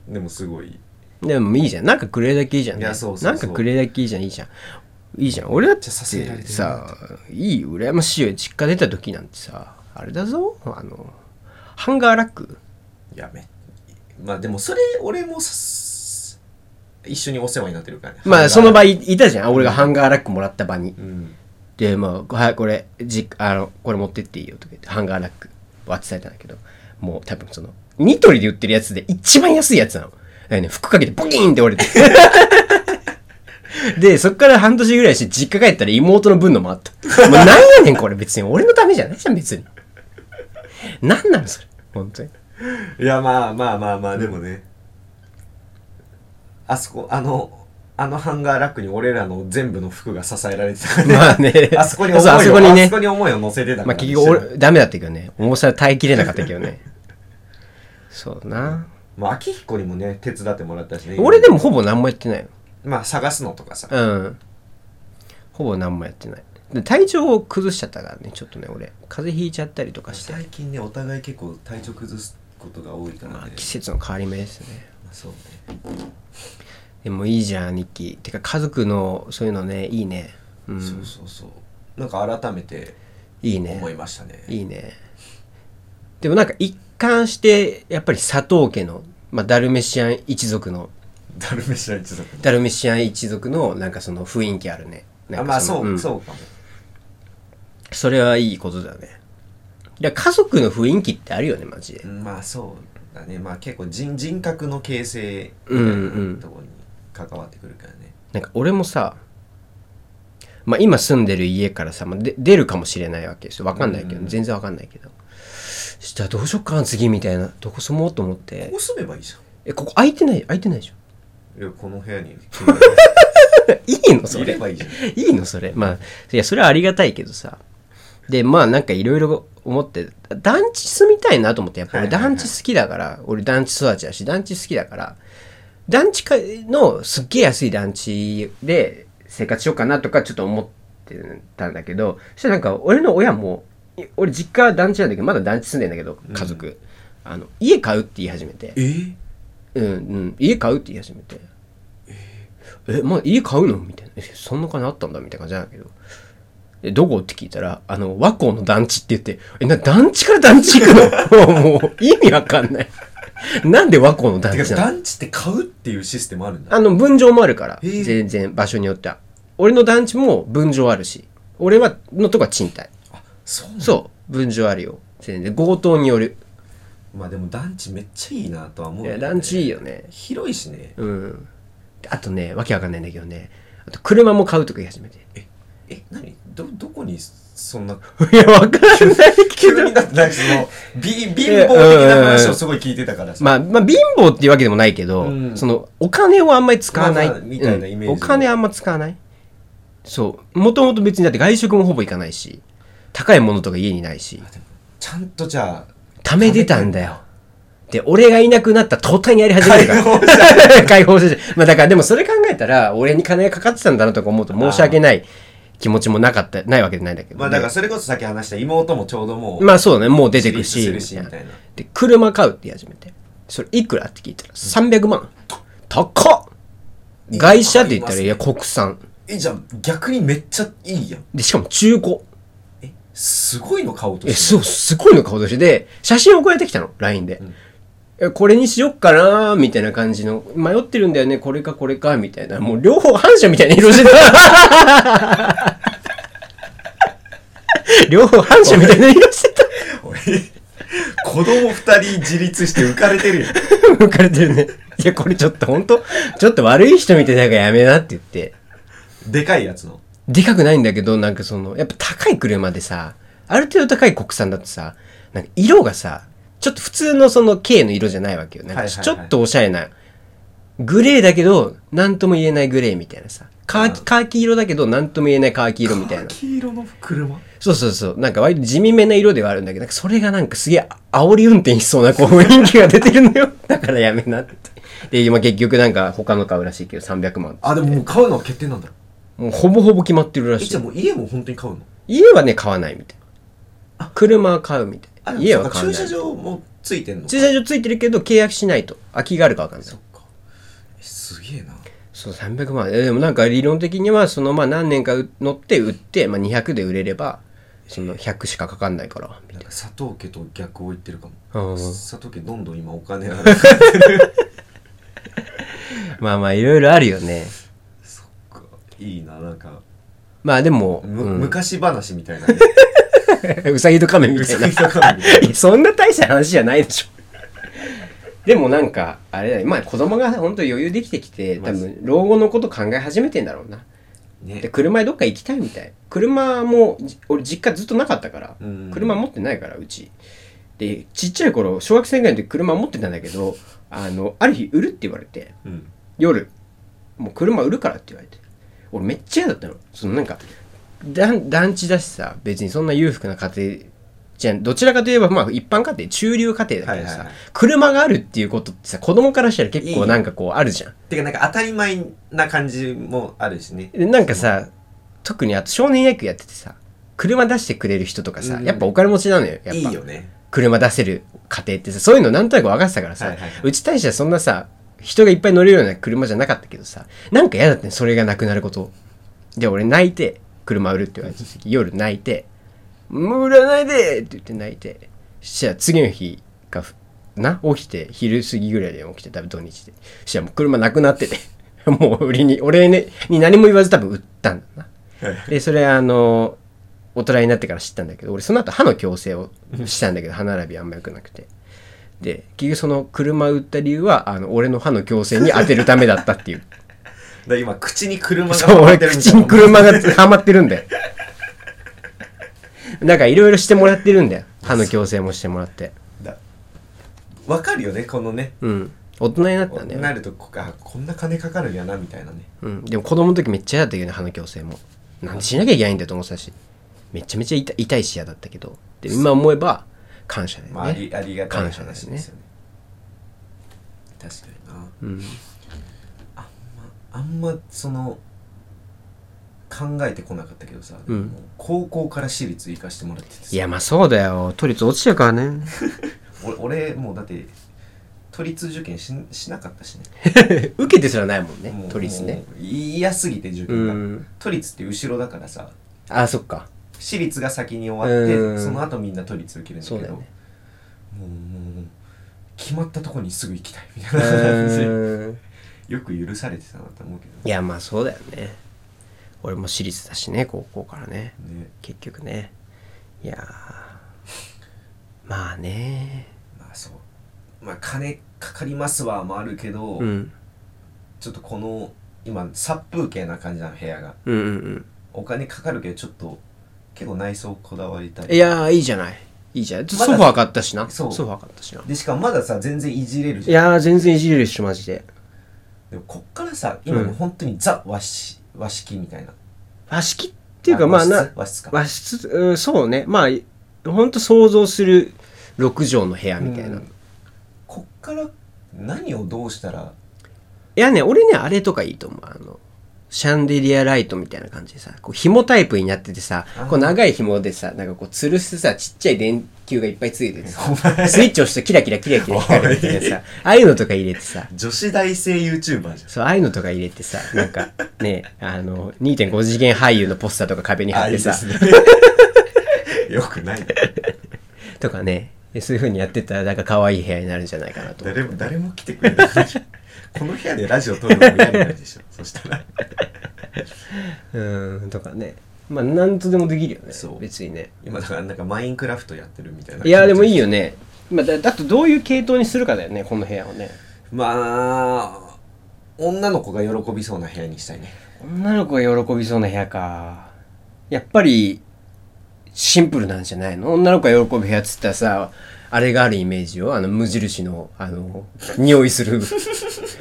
[SPEAKER 1] でもすごい
[SPEAKER 2] でもいいじゃんなんかくれるだけいいじゃん、ね、
[SPEAKER 1] いやそうそうそう
[SPEAKER 2] なんかくれるだけいいじゃんいいじゃんいいじゃん俺だって
[SPEAKER 1] めっちゃ支えられてる
[SPEAKER 2] さいい羨ましいよ実家出た時なんてさあれだぞあのハンガーラック
[SPEAKER 1] やめまあでもそれ俺もさ一緒にお世話になってるからね
[SPEAKER 2] まあその場いいたじゃん俺がハンガーラックもらった場に
[SPEAKER 1] うん
[SPEAKER 2] でまあはいこれじあのこれ持ってっていいよとか言ってハンガーラックわってたんだけど、もう多分その、ニトリで売ってるやつで一番安いやつなの。だからね、服かけてボキーンって折れて。で、そっから半年ぐらいして実家帰ったら妹の分のもあった。もうなんやねんこれ別に。俺のためじゃないじゃん別に。なんなのそれ。本当に。
[SPEAKER 1] いやまあまあまあまあでもねあそこあのあのハンガーラックに俺らの全部の服が支えられてたからね
[SPEAKER 2] まあね
[SPEAKER 1] あそこに思いを
[SPEAKER 2] そうそう
[SPEAKER 1] あ
[SPEAKER 2] あ
[SPEAKER 1] そ
[SPEAKER 2] そ
[SPEAKER 1] こ
[SPEAKER 2] こにね
[SPEAKER 1] あそこに思いを乗せてたか
[SPEAKER 2] ま
[SPEAKER 1] ら
[SPEAKER 2] あ結局俺、ダメだったけどね。重さ耐えきれなかったけどね。そうな。
[SPEAKER 1] まあ秋彦にもね手伝ってもらったしね
[SPEAKER 2] 俺でもほぼ何もやってないよ。
[SPEAKER 1] まあ探すのとかさ
[SPEAKER 2] うん。ほぼ何もやってない。で体調を崩しちゃったからね、ちょっとね、俺。風邪ひいちゃったりとかして。
[SPEAKER 1] 最近ねお互い結構体調崩すことが多いからね、
[SPEAKER 2] まあ、季節の変わり目ですね。
[SPEAKER 1] そうね
[SPEAKER 2] でもいいじゃん、日記。てか、家族のそういうのね、いいね。うん。
[SPEAKER 1] そうそうそうなんか改めて
[SPEAKER 2] いいね
[SPEAKER 1] 思。いましたね
[SPEAKER 2] いいね。でもなんか一貫して、やっぱり佐藤家の、まあ、ダルメシアン一族の、
[SPEAKER 1] ダルメシア一族
[SPEAKER 2] ダルメシアン一族のなんかその雰囲気あるね。なん
[SPEAKER 1] あ
[SPEAKER 2] か
[SPEAKER 1] まあそう、
[SPEAKER 2] ん
[SPEAKER 1] そうかも
[SPEAKER 2] それはいいことだね。いや、家族の雰囲気ってあるよね、マジで
[SPEAKER 1] う。んまあそうだねまあ結構人人格の形成み
[SPEAKER 2] う
[SPEAKER 1] た
[SPEAKER 2] んう
[SPEAKER 1] い
[SPEAKER 2] ん
[SPEAKER 1] なところに関わってくるからね、
[SPEAKER 2] なんか俺もさ、まあ今住んでる家からさ、まあ、で出るかもしれないわけですよ。わかんないけ
[SPEAKER 1] う
[SPEAKER 2] ど、
[SPEAKER 1] んうん
[SPEAKER 2] 全然わかんないけど。じゃあどうしよっかな、次みたいな。どこ住もうと思っ
[SPEAKER 1] こ
[SPEAKER 2] て。
[SPEAKER 1] こ住めばいいじゃ
[SPEAKER 2] え、ここ空いてない空いてないでしょ。
[SPEAKER 1] んいやこの部屋に
[SPEAKER 2] いいのそ
[SPEAKER 1] いれ
[SPEAKER 2] れ。
[SPEAKER 1] ばいいじゃん
[SPEAKER 2] *laughs* いいのそれ。まあ、いや、それはありがたいけどさ。で、まあなんかいろいろ思って、団地住みたいなと思って、やっぱ俺
[SPEAKER 1] はいはいはい
[SPEAKER 2] 団地好きだから、俺団地育ちだし、団地好きだから、団地かのすっげえ安い団地で生活しようかなとかちょっと思ってたんだけど、そしたらなんか俺の親も、い俺実家は団地なんだけど、まだ団地住んでんだけど、家族。あの家買うって言い始めて、
[SPEAKER 1] え
[SPEAKER 2] うんうん、家買うって言い始めて「えまあ家買うの?」みたいなえ「そんな金あったんだ」みたいな感じなんだけど「えどこ?」って聞いたら「あの和光の団地」って言って「えな団地から団地行くの *laughs* もうもう意味わかんないなんで和光の団
[SPEAKER 1] て
[SPEAKER 2] 地
[SPEAKER 1] か
[SPEAKER 2] なの
[SPEAKER 1] 団地って買うっていうシステムあるんだ
[SPEAKER 2] あの分譲もあるから
[SPEAKER 1] へえ
[SPEAKER 2] 全然場所によっては俺の団地も分譲あるし俺はのとこは賃貸
[SPEAKER 1] あそうなんだ
[SPEAKER 2] そう分譲あるよ全然強盗による
[SPEAKER 1] まあでも団地めっちゃいいなとは思う
[SPEAKER 2] い
[SPEAKER 1] けど
[SPEAKER 2] や
[SPEAKER 1] ね
[SPEAKER 2] 団地いいよね
[SPEAKER 1] 広いしね
[SPEAKER 2] うんあとねわけわかんないんだけどねあと車も買うとか言い始めて *laughs*
[SPEAKER 1] え何どどこにそんない
[SPEAKER 2] や、わかんないけ
[SPEAKER 1] 急
[SPEAKER 2] ど。
[SPEAKER 1] にだってなんかそ *laughs* のび貧乏的な話をすごい聞いてたからさ、
[SPEAKER 2] まあ、まあ、貧乏っていうわけでもないけど、
[SPEAKER 1] うん
[SPEAKER 2] その、お金をあんまり使わない。
[SPEAKER 1] まあまあみたいなイメージ
[SPEAKER 2] うんお金あんま使わない。そう。もともと別にだって外食もほぼ行かないし、高いものとか家にないし、
[SPEAKER 1] ちゃんとじゃあ
[SPEAKER 2] 貯めてたんだよ。で、俺がいなくなった途端にやり始めるから。
[SPEAKER 1] 解放
[SPEAKER 2] *laughs* 解放してまあだからでもそれ考えたら、俺に金がかかってたんだなとか思うと申し訳ない気持ちもなかった、ないわけじゃないんだけどね、
[SPEAKER 1] まあだからそれこそさっき話した妹もちょうどもう
[SPEAKER 2] まあそうだね、もう出てくるし、
[SPEAKER 1] 自
[SPEAKER 2] み
[SPEAKER 1] 立す
[SPEAKER 2] た
[SPEAKER 1] る
[SPEAKER 2] い
[SPEAKER 1] し
[SPEAKER 2] な
[SPEAKER 1] み。たいな
[SPEAKER 2] で車買うって言い始めてそれいくらって聞いたら300万、高っ外車って言ったらいや国産
[SPEAKER 1] えじゃあ逆にめっちゃいいやん
[SPEAKER 2] でしかも中古
[SPEAKER 1] えすごいの買おうと
[SPEAKER 2] え
[SPEAKER 1] して
[SPEAKER 2] そうすごいの顔出しで写真送られてきたの LINE で、えこれにしよっかなーみたいな感じの迷ってるんだよねこれかこれかみたいなもう両方反射みたいな色してた
[SPEAKER 1] *laughs*
[SPEAKER 2] 両方反射みたいな色してた
[SPEAKER 1] る俺子供二人自立して浮かれてるよ
[SPEAKER 2] *laughs* 浮かれてるねいやこれちょっと本当ちょっと悪い人みたいなんかやめなって言って
[SPEAKER 1] でかいやつの
[SPEAKER 2] でかくないんだけど、なんかその、やっぱ高い車でさ、ある程度高い国産だとさ、なんか色がさ、ちょっと普通のその K の色じゃないわけよ。なん
[SPEAKER 1] は
[SPEAKER 2] か
[SPEAKER 1] いはいはい
[SPEAKER 2] ちょっとおしゃれな、グレーだけど、なんとも言えないグレーみたいなさ、カーキ、カーキ色だけど、なんとも言えないカーキ色みたいな。
[SPEAKER 1] 黄色の車
[SPEAKER 2] そうそうそう。なんか割と地味めな色ではあるんだけど、なんかそれがなんかすげえ煽り運転しそうなこう雰囲気が出てるのよ。 *laughs* だからやめなって。で、今結局なんか他の買うらしいけど、300万。
[SPEAKER 1] あでももう買うのは決定なんだ
[SPEAKER 2] もうほぼほぼ決まってるら
[SPEAKER 1] え
[SPEAKER 2] しい
[SPEAKER 1] じゃ。あもう家も本当に買うの
[SPEAKER 2] 家はね買わないみたいな車は買うみたい
[SPEAKER 1] あ
[SPEAKER 2] な
[SPEAKER 1] でも
[SPEAKER 2] 家
[SPEAKER 1] そう
[SPEAKER 2] は
[SPEAKER 1] か
[SPEAKER 2] 買わ
[SPEAKER 1] 駐
[SPEAKER 2] な
[SPEAKER 1] 車
[SPEAKER 2] い
[SPEAKER 1] 場もついてんの
[SPEAKER 2] 駐車場ついてるけど契約しないと空きがあるか分かんない
[SPEAKER 1] そっかえすげえな
[SPEAKER 2] そう300万えでもなんか理論的にはそのまあ何年かう乗って売って、まあ、200で売れればその100しかかかんないからみた
[SPEAKER 1] ないんか佐藤家と逆を言ってるかも
[SPEAKER 2] な、うん
[SPEAKER 1] 佐藤家どんどん今お金ある *laughs*
[SPEAKER 2] まあまあいろいろあるよね
[SPEAKER 1] そっかいいななんか
[SPEAKER 2] まあでも、
[SPEAKER 1] む、
[SPEAKER 2] うん
[SPEAKER 1] 昔話みたいなね
[SPEAKER 2] *laughs* うさぎと亀 *laughs* みたいな
[SPEAKER 1] うさぎと亀みたい
[SPEAKER 2] いや *laughs* そんな大した話じゃないでしょでもなんかあれだねまあ子供が本当余裕できてきて多分老後のこと考え始めてんだろうなで
[SPEAKER 1] ね
[SPEAKER 2] 車でどっか行きたいみたい車もじ俺実家ずっとなかったから、
[SPEAKER 1] うん
[SPEAKER 2] 車持ってないからうちでちっちゃい頃小学生ぐらいの時車持ってたんだけどあのある日売るって言われて
[SPEAKER 1] うん
[SPEAKER 2] 夜もう車売るからって言われて俺めっちゃ嫌だったのそのなんか団団地だしさ別にそんな裕福な家庭じゃんどちらかといえばまあ一般家庭中流家庭だけどさ、
[SPEAKER 1] はいはいはい
[SPEAKER 2] 車があるっていうことってさ子供からしたら結構なんかこうあるじゃん
[SPEAKER 1] てかなんか当たり前な感じもあるしね
[SPEAKER 2] でなんかさ特にあと少年野球やっててさ車出してくれる人とかさ、
[SPEAKER 1] うん
[SPEAKER 2] やっぱお金持ちなのよやっぱ
[SPEAKER 1] いいよね
[SPEAKER 2] 車出せる家庭ってさそういうのなんとなく分かってたからさ、
[SPEAKER 1] はいはいはいう
[SPEAKER 2] ち大してそんなさ人がいっぱい乗れるような車じゃなかったけどさなんか嫌だったねそれがなくなることで俺泣いて車売るって言われた時夜泣いて「もう売らないで!」って言って泣いてそしたら次の日がふな起きて昼過ぎぐらいで起きて多分土日でそしたらもう車なくなって *laughs* てもう売りに俺にに何も言わず多分売ったんだなでそれあの大人になってから知ったんだけど俺その後歯の矯正をしたんだけど歯並びあんま良くなくてで結局その車売った理由はあの俺の歯の矯正に当てるためだったっ
[SPEAKER 1] *laughs*
[SPEAKER 2] ていう
[SPEAKER 1] だから今口に車が
[SPEAKER 2] そう
[SPEAKER 1] 回
[SPEAKER 2] 俺
[SPEAKER 1] ってるみたい
[SPEAKER 2] 口に車がはまってるんだよなんかいろいろしてもらってるんだよ歯の矯正もしてもらって
[SPEAKER 1] だわかるよねこのね
[SPEAKER 2] うん大人になったんだよ
[SPEAKER 1] なるとこあこんな金かかるんやなみたいなね
[SPEAKER 2] うん、でも子供の時めっちゃ嫌だったけどね歯の矯正もなんでしなきゃいけないんだよと思ってたしめちゃめちゃ痛い痛いし嫌だったけどで今思えば感謝だよね、
[SPEAKER 1] まあ、ありありがたい
[SPEAKER 2] 感謝で
[SPEAKER 1] 話
[SPEAKER 2] す
[SPEAKER 1] で
[SPEAKER 2] ね
[SPEAKER 1] すよね確かにな
[SPEAKER 2] うん
[SPEAKER 1] あんまその考えてこなかったけどさ、
[SPEAKER 2] うん
[SPEAKER 1] も高校から私立行かしてもらってて
[SPEAKER 2] い
[SPEAKER 1] さ
[SPEAKER 2] やまあそうだよ都立落ちちゃうからね
[SPEAKER 1] お俺もうだって都立受験ししなかったしね
[SPEAKER 2] *laughs* 受けてすらないもんね
[SPEAKER 1] もう
[SPEAKER 2] 都立ね
[SPEAKER 1] もう嫌すぎて受
[SPEAKER 2] う
[SPEAKER 1] 験が、
[SPEAKER 2] ん
[SPEAKER 1] 都立って後ろだからさ
[SPEAKER 2] あそっか
[SPEAKER 1] 私立が先に終わって、
[SPEAKER 2] うん
[SPEAKER 1] その後みんな都立受けるんだけど
[SPEAKER 2] そうだよね
[SPEAKER 1] もうもう決まったとこにすぐ行きたいみた
[SPEAKER 2] う
[SPEAKER 1] いな感じで
[SPEAKER 2] ーん
[SPEAKER 1] よく許されてたなと思うけど
[SPEAKER 2] *laughs* いやまあそうだよね俺も私立だしね高校からね
[SPEAKER 1] ね
[SPEAKER 2] 結局ねいやーまあね
[SPEAKER 1] まあそうまあ金かかりますわもあるけど、
[SPEAKER 2] うん
[SPEAKER 1] ちょっとこの今殺風景な感じなの部屋が
[SPEAKER 2] うんうん
[SPEAKER 1] お金かかるけどちょっと結構内装こだわりた
[SPEAKER 2] うんい
[SPEAKER 1] い
[SPEAKER 2] やーいいじゃないいいじゃない
[SPEAKER 1] まだ
[SPEAKER 2] ソファー買ったしな
[SPEAKER 1] そ
[SPEAKER 2] ソ
[SPEAKER 1] う
[SPEAKER 2] ファー買ったしな
[SPEAKER 1] でしかもまださ全然いじれる
[SPEAKER 2] い
[SPEAKER 1] じゃん
[SPEAKER 2] やー全然いじれるっしょマジで
[SPEAKER 1] でもこっからさ今
[SPEAKER 2] う
[SPEAKER 1] の
[SPEAKER 2] ん
[SPEAKER 1] 本当にザ和式和式みたいなっ
[SPEAKER 2] 和式っていうかまあな
[SPEAKER 1] 和室か
[SPEAKER 2] 和室、うん、そうねまあほんと想像する6畳の部屋みたいな、
[SPEAKER 1] うんこっから何をどうしたら *laughs*
[SPEAKER 2] いやね俺ねあれとかいいと思うあのシャンデリアライトみたいな感じでさこう紐タイプになっててさ
[SPEAKER 1] あー
[SPEAKER 2] こう長い紐でさなんかこう吊るすさちっちゃい電球がいっぱいついててさ
[SPEAKER 1] *laughs* お前
[SPEAKER 2] スイッチ押してキラキラキラキラ光るみたいなさああいうのとか入れてさ
[SPEAKER 1] 女子大生 YouTuber じ
[SPEAKER 2] そうああいうのとか入れてさなんかね *laughs* あの2.5次元俳優のポスターとか壁に
[SPEAKER 1] あ
[SPEAKER 2] 貼
[SPEAKER 1] いい
[SPEAKER 2] って
[SPEAKER 1] で
[SPEAKER 2] さ
[SPEAKER 1] すね *laughs* よくないね
[SPEAKER 2] とかねでそういう風にやってったらなんか可愛い部屋になるんじゃないかなと思う
[SPEAKER 1] 誰も誰も来てくれないこの部屋でラジオ撮るのも嫌になるでしょそしたら
[SPEAKER 2] うーんとかねまあ何とでもできるよね
[SPEAKER 1] そう
[SPEAKER 2] 別にね
[SPEAKER 1] 今だからなんかマインクラフトやってるみたいない
[SPEAKER 2] いやでもいいよね、まあ、だだってどういう系統にするかだよねこの部屋をね
[SPEAKER 1] まあ女の子が喜びそうな部屋にしたいね
[SPEAKER 2] 女の子が喜びそうな部屋かやっぱりシンプルなんじゃないの女の子が喜ぶ部屋っつったらさあれがあるイメージよあの無印のあの匂いす *laughs* る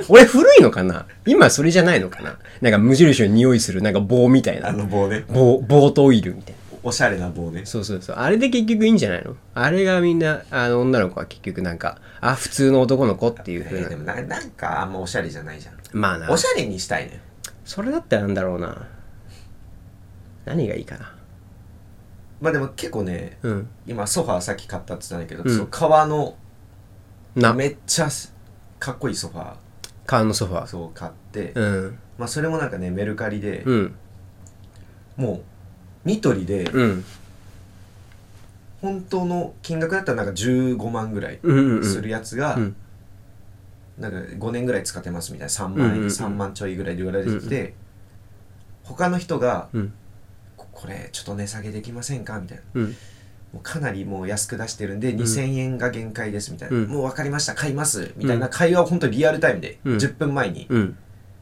[SPEAKER 2] 俺古いのかな今それじゃないのかななんか無印の匂いするなんか棒みたい
[SPEAKER 1] あ
[SPEAKER 2] な
[SPEAKER 1] の棒ね
[SPEAKER 2] 棒棒とオイルみたいな
[SPEAKER 1] おしゃれな棒ね
[SPEAKER 2] そうそうそうあれで結局いいんじゃないのあれがみんなあの女の子は結局なんかあ普通の男の子っていう
[SPEAKER 1] え
[SPEAKER 2] 風
[SPEAKER 1] ーで
[SPEAKER 2] な
[SPEAKER 1] もななんかあんまおしゃれじゃないじゃん
[SPEAKER 2] まあな
[SPEAKER 1] おしゃれにしたいね
[SPEAKER 2] それだったらなんだろうな何がいいかな
[SPEAKER 1] まあでも結構ね
[SPEAKER 2] うん
[SPEAKER 1] 今ソファーさっき買ったって言ったんだけど、
[SPEAKER 2] うん
[SPEAKER 1] その革の
[SPEAKER 2] な
[SPEAKER 1] めっちゃかっこいいソファ
[SPEAKER 2] 革のソファ
[SPEAKER 1] ー
[SPEAKER 2] ー
[SPEAKER 1] そう買って、
[SPEAKER 2] うん
[SPEAKER 1] まあそれもなんかねメルカリで、
[SPEAKER 2] うん
[SPEAKER 1] もうニトリで
[SPEAKER 2] うん
[SPEAKER 1] 本当の金額だったらなんか15万ぐらい
[SPEAKER 2] うんうんうん
[SPEAKER 1] するやつが、
[SPEAKER 2] うん
[SPEAKER 1] なんか5年ぐらい使ってますみたいな3万円、
[SPEAKER 2] うんうんうん
[SPEAKER 1] 3万ちょいぐらいで売られてきて、他の人が
[SPEAKER 2] うん
[SPEAKER 1] 「ここれちょっと値下げできませんか?」みたいな
[SPEAKER 2] うん
[SPEAKER 1] もうかなりもう安く出してるんで、2000円が限界ですみたいな、
[SPEAKER 2] うん
[SPEAKER 1] もう分かりました買いますみたいな会話を本当リアルタイムで、
[SPEAKER 2] うん
[SPEAKER 1] 10分前に
[SPEAKER 2] うん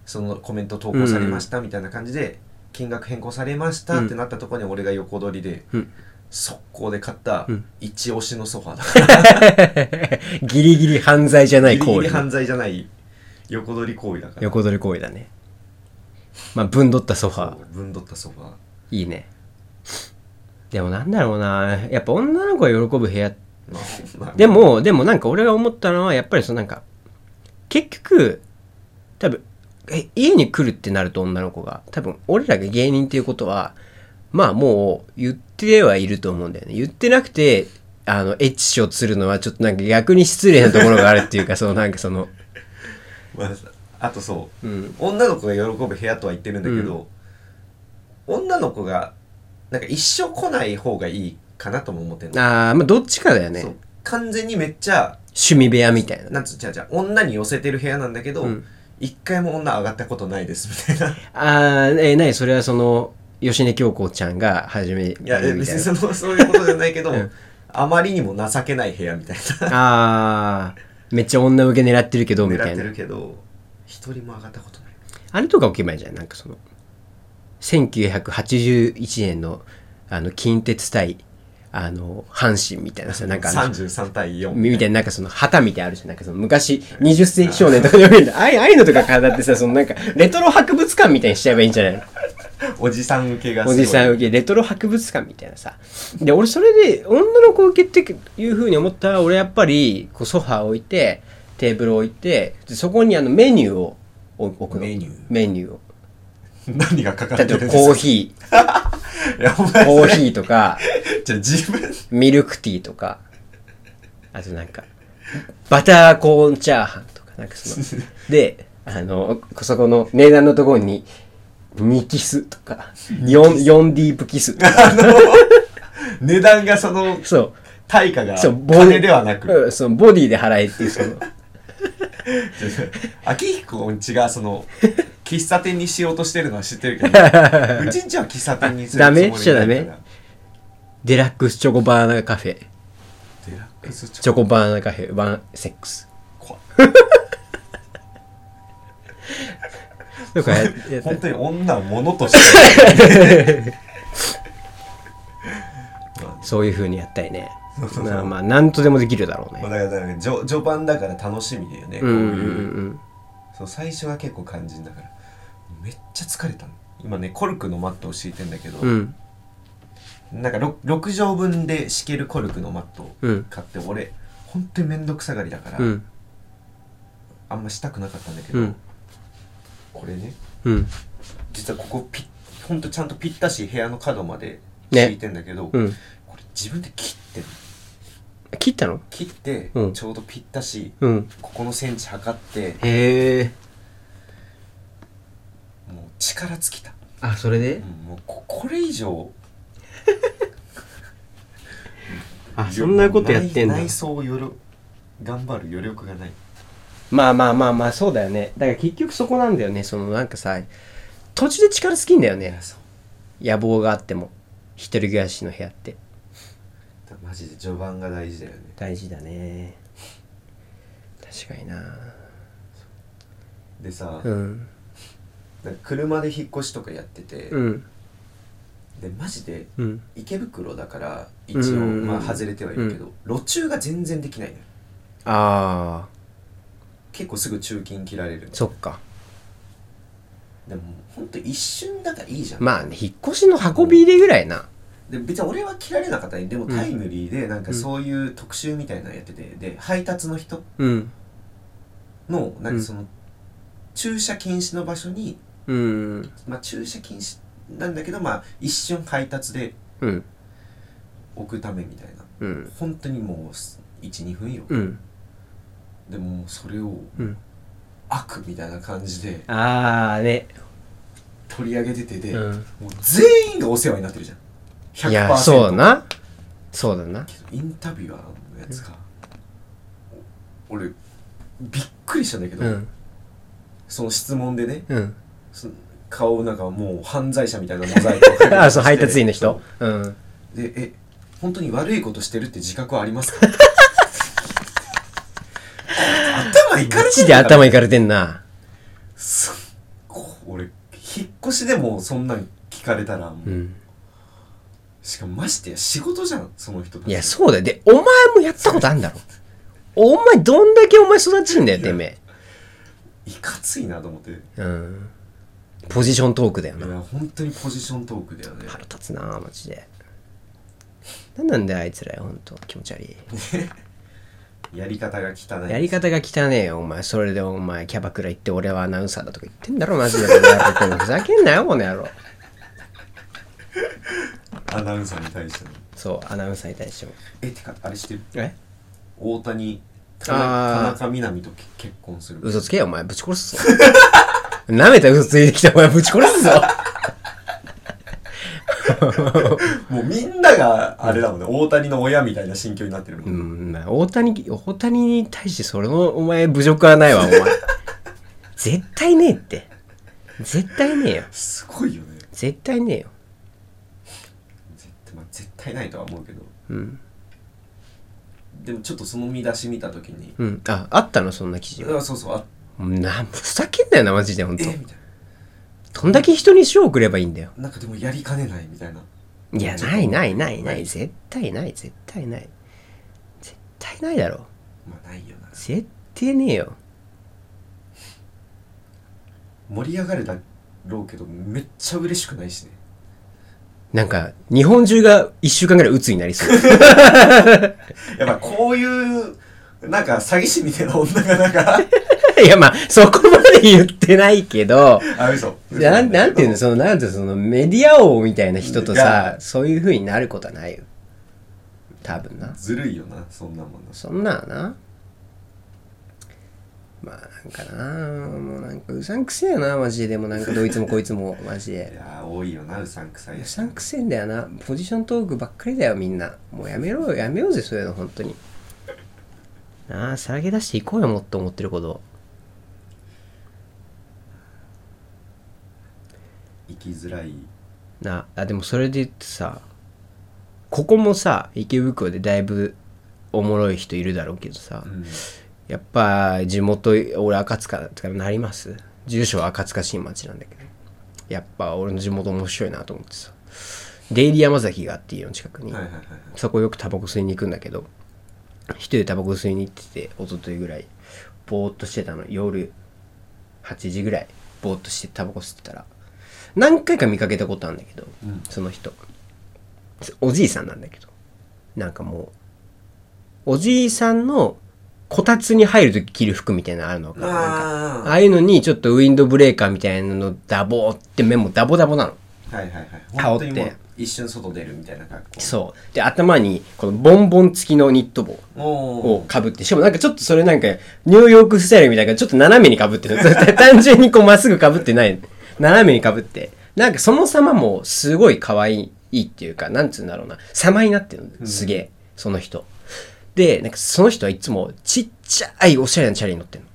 [SPEAKER 1] そのコメント投稿されましたみたいな感じで金額変更されましたってなったところに俺が横取りで
[SPEAKER 2] うん
[SPEAKER 1] 速攻で買った
[SPEAKER 2] うん
[SPEAKER 1] 一押しのソファーだから
[SPEAKER 2] ギリギリ犯罪じゃない
[SPEAKER 1] ギリギ
[SPEAKER 2] 行
[SPEAKER 1] リ
[SPEAKER 2] 為
[SPEAKER 1] 犯罪じゃない横取り行為だから
[SPEAKER 2] 横取り行為だねまあぶんどったソファー
[SPEAKER 1] ぶんどったソファー
[SPEAKER 2] いいねでもなんだろうなやっぱ女の子が喜ぶ部屋
[SPEAKER 1] まあまあ
[SPEAKER 2] でもでもなんか俺が思ったのはやっぱりそのなんか結局多分え家に来るってなると女の子が多分俺らが芸人っていうことはまあもう言ってはいると思うんだよね言ってなくてあのエッチショするのはちょっとなんか逆に失礼なところがあるっ
[SPEAKER 1] *laughs*
[SPEAKER 2] ていうかそのなんかその
[SPEAKER 1] まああとそう、
[SPEAKER 2] うん
[SPEAKER 1] 女の子が喜ぶ部屋とは言ってるんだけど、女の子がなんか一生来ない方がいいかなとも思ってるの、
[SPEAKER 2] あーまあどっちかだよね
[SPEAKER 1] そう完全にめっちゃ
[SPEAKER 2] 趣味部屋みたいな
[SPEAKER 1] なんつうじゃあじゃあ女に寄せてる部屋なんだけど、
[SPEAKER 2] うん
[SPEAKER 1] 一回も女上がったことないですみ
[SPEAKER 2] *laughs*
[SPEAKER 1] たいな
[SPEAKER 2] あーえー何それはその吉根京子ちゃんが始めるみ
[SPEAKER 1] いや
[SPEAKER 2] たいな
[SPEAKER 1] 別にそのそういうことじゃないけど、
[SPEAKER 2] うん
[SPEAKER 1] あまりにも情けない部屋みたいな
[SPEAKER 2] あーめっちゃ女受け狙ってるけどみた
[SPEAKER 1] 狙
[SPEAKER 2] い
[SPEAKER 1] って
[SPEAKER 2] な
[SPEAKER 1] るけど一人も上がったことない
[SPEAKER 2] あれとか置けばいいじゃん。なんかその、1981年の、あの、近鉄対、あの、阪神みたいなさ、なんかあの、
[SPEAKER 1] 33対4
[SPEAKER 2] みたいな、なんかその旗みたいなのあるじゃん。なんかその昔、20世紀少年とかで *laughs* 見るのああいうああいうのとか飾ってさ、そのなんか、レトロ博物館みたいにしちゃえばいいんじゃないの
[SPEAKER 1] おじさん受けがすご
[SPEAKER 2] お
[SPEAKER 1] い
[SPEAKER 2] じさん受け、レトロ博物館みたいなさ。で、俺それで、女の子受けっていう風に思ったら、俺やっぱり、こうソファー置いて、テーブル置いて、でそこにあのメニューを置くの。
[SPEAKER 1] メニュー
[SPEAKER 2] メニュ
[SPEAKER 1] *laughs*
[SPEAKER 2] ーを。
[SPEAKER 1] 何がかかっ
[SPEAKER 2] 例
[SPEAKER 1] て
[SPEAKER 2] え
[SPEAKER 1] るんで
[SPEAKER 2] ば
[SPEAKER 1] すか
[SPEAKER 2] コーヒー、
[SPEAKER 1] いやお前
[SPEAKER 2] コーヒーと
[SPEAKER 1] *laughs*
[SPEAKER 2] か、
[SPEAKER 1] じゃあ自分
[SPEAKER 2] ミルクティーとか、あとなんか、バターコーンチャーハンとか、なんかそ
[SPEAKER 1] *laughs*
[SPEAKER 2] の、で、あの、そこの値段のところに、2キスとか、4、四ディープキスと
[SPEAKER 1] *laughs*
[SPEAKER 2] か、
[SPEAKER 1] 値段がその
[SPEAKER 2] そう、
[SPEAKER 1] 対価が
[SPEAKER 2] そう、
[SPEAKER 1] 金ではなく
[SPEAKER 2] うんそのボディで払えっていう、その、
[SPEAKER 1] *laughs* 秋彦んちがそ
[SPEAKER 2] *laughs*
[SPEAKER 1] の喫茶店にしようとしてるのは知ってるけど
[SPEAKER 2] *laughs*
[SPEAKER 1] うちんちは喫茶店にするつもりない
[SPEAKER 2] ダメしちゃダメ
[SPEAKER 1] から
[SPEAKER 2] デラックスチョコバナナカフェ、
[SPEAKER 1] デラックスチ
[SPEAKER 2] チ
[SPEAKER 1] ョ
[SPEAKER 2] ョコバナナカフェ、ワンセックス
[SPEAKER 1] コ
[SPEAKER 2] とかやや
[SPEAKER 1] *laughs*
[SPEAKER 2] っ
[SPEAKER 1] 本当に女を物として *laughs*
[SPEAKER 2] そういう風にやったりね。まあまあ、なんとでもできるだろう
[SPEAKER 1] まあ
[SPEAKER 2] ね。
[SPEAKER 1] だから序序盤だから楽しみだよね、
[SPEAKER 2] うんうん
[SPEAKER 1] こう
[SPEAKER 2] う
[SPEAKER 1] いうんそう最初は結構肝心だからめっちゃ疲れたの今ねコルクのマットを敷いてんだけど、
[SPEAKER 2] うん。うん。
[SPEAKER 1] なんか 6, 畳分で敷けるコルクのマットを
[SPEAKER 2] うん
[SPEAKER 1] 買って、俺本当に面倒くさがりだから、
[SPEAKER 2] うん。
[SPEAKER 1] あんましたくなかったんだけど、
[SPEAKER 2] うん。
[SPEAKER 1] これね
[SPEAKER 2] うん。
[SPEAKER 1] 実はここピッほんとちゃんとぴったし部屋の角まで
[SPEAKER 2] ね
[SPEAKER 1] 敷いてんだけど、
[SPEAKER 2] うん。
[SPEAKER 1] これ自分で切ってんの
[SPEAKER 2] 切ったの
[SPEAKER 1] 切って、
[SPEAKER 2] うん
[SPEAKER 1] ちょうどぴったし、
[SPEAKER 2] うん。
[SPEAKER 1] ここのセンチ測って
[SPEAKER 2] へえ。
[SPEAKER 1] もう力尽きた、
[SPEAKER 2] あ、それで
[SPEAKER 1] うんもうここれ以上
[SPEAKER 2] あ、そんなことやってんだ
[SPEAKER 1] 内。内装をよる頑張る余力がない
[SPEAKER 2] まあまあまあまあ、そうだよね。だから結局そこなんだよね。そのなんかさ、途中で力尽きんだよね。
[SPEAKER 1] そう
[SPEAKER 2] 野望があっても。一人暮らしの部屋って。
[SPEAKER 1] だマジで序盤が大事だよね
[SPEAKER 2] 大事だね。確かにな。
[SPEAKER 1] でさ、
[SPEAKER 2] うん。
[SPEAKER 1] なんか車で引っ越しとかやってて、
[SPEAKER 2] うん。
[SPEAKER 1] でマジで
[SPEAKER 2] うん。
[SPEAKER 1] 池袋だから一応、
[SPEAKER 2] うんうんうん
[SPEAKER 1] まあ外れてはいるけど、路中が全然できないのよ
[SPEAKER 2] ああ、
[SPEAKER 1] 結構すぐ中金切られるの
[SPEAKER 2] そっか。
[SPEAKER 1] でもほんと一瞬だからいいじゃん、
[SPEAKER 2] まあね、引っ越しの運び入れぐらいな。
[SPEAKER 1] で別に俺は切られなかったねでもタイムリーでなんかそういう特集みたいなのやっててで配達の人
[SPEAKER 2] うん。
[SPEAKER 1] のなん
[SPEAKER 2] う
[SPEAKER 1] か
[SPEAKER 2] ん
[SPEAKER 1] その、駐車禁止の場所に、
[SPEAKER 2] うん。
[SPEAKER 1] まあ、駐車禁止なんだけどまあ一瞬配達で
[SPEAKER 2] うん。
[SPEAKER 1] 置くためみたいな
[SPEAKER 2] うん。
[SPEAKER 1] 本当にもう12分よ、
[SPEAKER 2] うん。
[SPEAKER 1] でももうそれを
[SPEAKER 2] うん。
[SPEAKER 1] 悪みたいな感じで
[SPEAKER 2] ああ、ね。
[SPEAKER 1] 取り上げててで、
[SPEAKER 2] うん。
[SPEAKER 1] もう全員がお世話になってるじゃん100%
[SPEAKER 2] いや、そうだな。そうだな。
[SPEAKER 1] インタビュアーのやつが、お俺びっくりしたんだけど、
[SPEAKER 2] うん。
[SPEAKER 1] その質問でね
[SPEAKER 2] うん。
[SPEAKER 1] その *laughs* 顔なんかもう犯罪者みたいなモザイクをかけて
[SPEAKER 2] あ、そう、配達員の人。うん。
[SPEAKER 1] でえ本当に悪いことしてるって自覚はありますか頭いか
[SPEAKER 2] ガ
[SPEAKER 1] れて
[SPEAKER 2] チ
[SPEAKER 1] ん
[SPEAKER 2] で
[SPEAKER 1] だから
[SPEAKER 2] 頭いかれてんな。
[SPEAKER 1] すこ俺引っ越しでもそんなん聞かれたらもう、
[SPEAKER 2] うん。
[SPEAKER 1] しかもましてや仕事じゃんその人たち
[SPEAKER 2] いや、そうだよ。で、お前もやったことあんだろ。お前、どんだけお前育ちんだよ、てめ
[SPEAKER 1] いかついなと思ってい
[SPEAKER 2] え。うん。ポジショントークだよな。
[SPEAKER 1] や本当にポジショントークだよね
[SPEAKER 2] 腹立つなマジで。なんなんだよ、あいつらよ、ほんと。気持ち悪い。
[SPEAKER 1] やり方が汚い
[SPEAKER 2] やり方が汚ねえよ、お前。それでお前、キャバクラ行って俺はアナウンサーだとか言ってんだろ、マジで。この野郎ふざけんなよ、この野郎。
[SPEAKER 1] アナウンサーに対しての
[SPEAKER 2] そう、アナウンサーに対しても。
[SPEAKER 1] えてかあれしてる
[SPEAKER 2] え
[SPEAKER 1] 大谷田
[SPEAKER 2] あー
[SPEAKER 1] 中田中みな実とけ結婚する
[SPEAKER 2] 嘘つけよ、お前。ぶち殺すぞ。 *laughs* 舐めた嘘ついてきた、お前。ぶち殺すぞ。
[SPEAKER 1] もうみんながあれだもんね、大谷の親みたいな心境になってるもん、
[SPEAKER 2] うん、まあ大谷、大谷に対してそれの、お前、侮辱はないわ、お前。絶対ねえって。絶対ねえよ。
[SPEAKER 1] すごいよね
[SPEAKER 2] 絶対ねえよ。
[SPEAKER 1] 絶対,、まあ、絶対ないとは思うけど
[SPEAKER 2] うん。
[SPEAKER 1] でもちょっとその見出し見た時に、
[SPEAKER 2] うん。あ、あったの、そんな記事
[SPEAKER 1] うわそうそうあ
[SPEAKER 2] な、ふざけんなよな、マジで、ほん
[SPEAKER 1] え
[SPEAKER 2] と。
[SPEAKER 1] みたい
[SPEAKER 2] どんだけ人に賞を送ればいいんだよ。
[SPEAKER 1] ななんかでもやりかねないみたいない
[SPEAKER 2] や、ないないないない。絶対ない、絶対ない。絶対ないだろ。
[SPEAKER 1] まあないよな
[SPEAKER 2] 絶対ねえよ。
[SPEAKER 1] 盛り上がるだろうけどめっちゃ嬉しくないしね
[SPEAKER 2] なんか、日本中が一週間ぐらい鬱になりそう。 *laughs*
[SPEAKER 1] やっぱこういうなんか詐欺師みたいな女がなん
[SPEAKER 2] *laughs*
[SPEAKER 1] か
[SPEAKER 2] いや、まあ、そこまで言ってないけど、
[SPEAKER 1] *laughs* あ嘘嘘
[SPEAKER 2] なんなんていうの、その、なんていうのその、メディア王みたいな人と
[SPEAKER 1] いや
[SPEAKER 2] さ、そういう風になることはないよ。多分な。
[SPEAKER 1] ずるいよなそんなもんな
[SPEAKER 2] そんなはな。まあ、なんかな、もうなんか、うさんくせえよな、マジで。でもなんか、どいつもこいつも、マジ
[SPEAKER 1] い
[SPEAKER 2] で。
[SPEAKER 1] やー多いよなうさんくさいう
[SPEAKER 2] さんくせえんだよな。ポジショントークばっかりだよ、みんな。もうやめろよ、やめようぜ、そういうの、本当に。なあ、さらけ出していこうよ、もっと思ってること。
[SPEAKER 1] 生きづらい
[SPEAKER 2] なあでもそれで言ってさここもさ池袋でだいぶおもろい人いるだろうけどさ、
[SPEAKER 1] うん
[SPEAKER 2] やっぱ地元俺赤塚だからなります住所は赤塚新町なんだけどやっぱ俺の地元面白いなと思ってさデイリー山崎があって家の近くに、
[SPEAKER 1] はいはいはいはい
[SPEAKER 2] そこよくタバコ吸いに行くんだけど一人でタバコ吸いに行ってて一昨日ぐらいぼーっとしてたの夜8時ぐらいぼーっとしてタバコ吸ってたら何回か見かけたことあるんだけど、
[SPEAKER 1] うん
[SPEAKER 2] その人おじいさんなんだけどなんかもうおじいさんのこたつに入るとき着る服みたいなのあるのかななんか
[SPEAKER 1] あ
[SPEAKER 2] ああいうのにちょっとウィンドブレーカーみたいなのダボーって目もダボダボなの
[SPEAKER 1] ーはいはいはい
[SPEAKER 2] 羽
[SPEAKER 1] 本
[SPEAKER 2] 織
[SPEAKER 1] 当
[SPEAKER 2] って
[SPEAKER 1] にもう一瞬外出るみたいな格好
[SPEAKER 2] そうで頭にこのボンボン付きのニット帽
[SPEAKER 1] お
[SPEAKER 2] を
[SPEAKER 1] お
[SPEAKER 2] かぶってしかもなんかちょっとそれなんかニューヨークスタイルみたいなちょっと斜めにかぶって *laughs* る単純にこうまっすぐかぶってない斜めにかぶってなんかその様もすごい可愛いっていうかなんつうんだろうな様になってるのすげえ、その人でなんかその人はいつもちっちゃいおしゃれなチャリに乗ってるの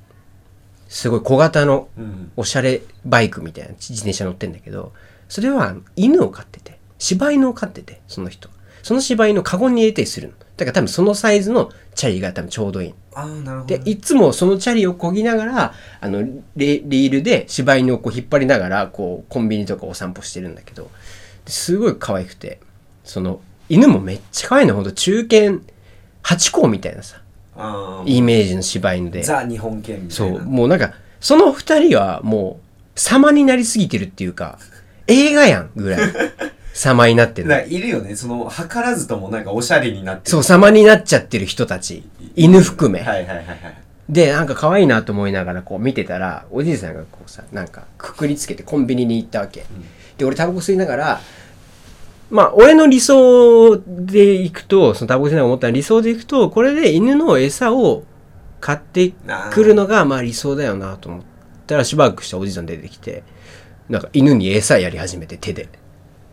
[SPEAKER 2] すごい小型の
[SPEAKER 1] うん
[SPEAKER 2] おしゃれバイクみたいな自転車乗ってんだけどそれは犬を飼ってて柴犬を飼っててその人その柴犬をカゴに入れたりするのだから多分そのサイズのチャリが多分ちょうどいい
[SPEAKER 1] ああなるほど
[SPEAKER 2] でいつもそのチャリをこぎながらあのリリールで柴犬をこう引っ張りながらこうコンビニとかお散歩してるんだけどすごい可愛くてその犬もめっちゃ可愛いのほんと中堅ハチ公みたいなさ
[SPEAKER 1] あー
[SPEAKER 2] イメージの柴犬で
[SPEAKER 1] ザ日本犬みた
[SPEAKER 2] そ
[SPEAKER 1] いな
[SPEAKER 2] う、もうなんか、その二人はもう、様になりすぎてるっていうか、映画やん
[SPEAKER 1] *laughs*
[SPEAKER 2] ぐらい、様になって
[SPEAKER 1] なん
[SPEAKER 2] る。
[SPEAKER 1] かいるよねその図らずともなんかおしゃれになってる
[SPEAKER 2] そう、様になっちゃってる人たち、犬含め。
[SPEAKER 1] はいはいはいはい
[SPEAKER 2] で、なんか可愛いなと思いながらこう見てたら、おじいさんがこうさ、なんかくくりつけてコンビニに行ったわけ。で、俺タバコ吸いながら、まあ、俺の理想で行くと、そのタバコ吸いながら思った理想で行くと、これで犬の餌を買ってくるのが、まあ理想だよなと思ったら、しばらくしたらおじいさん出てきて、なんか犬に餌やり始めて手で。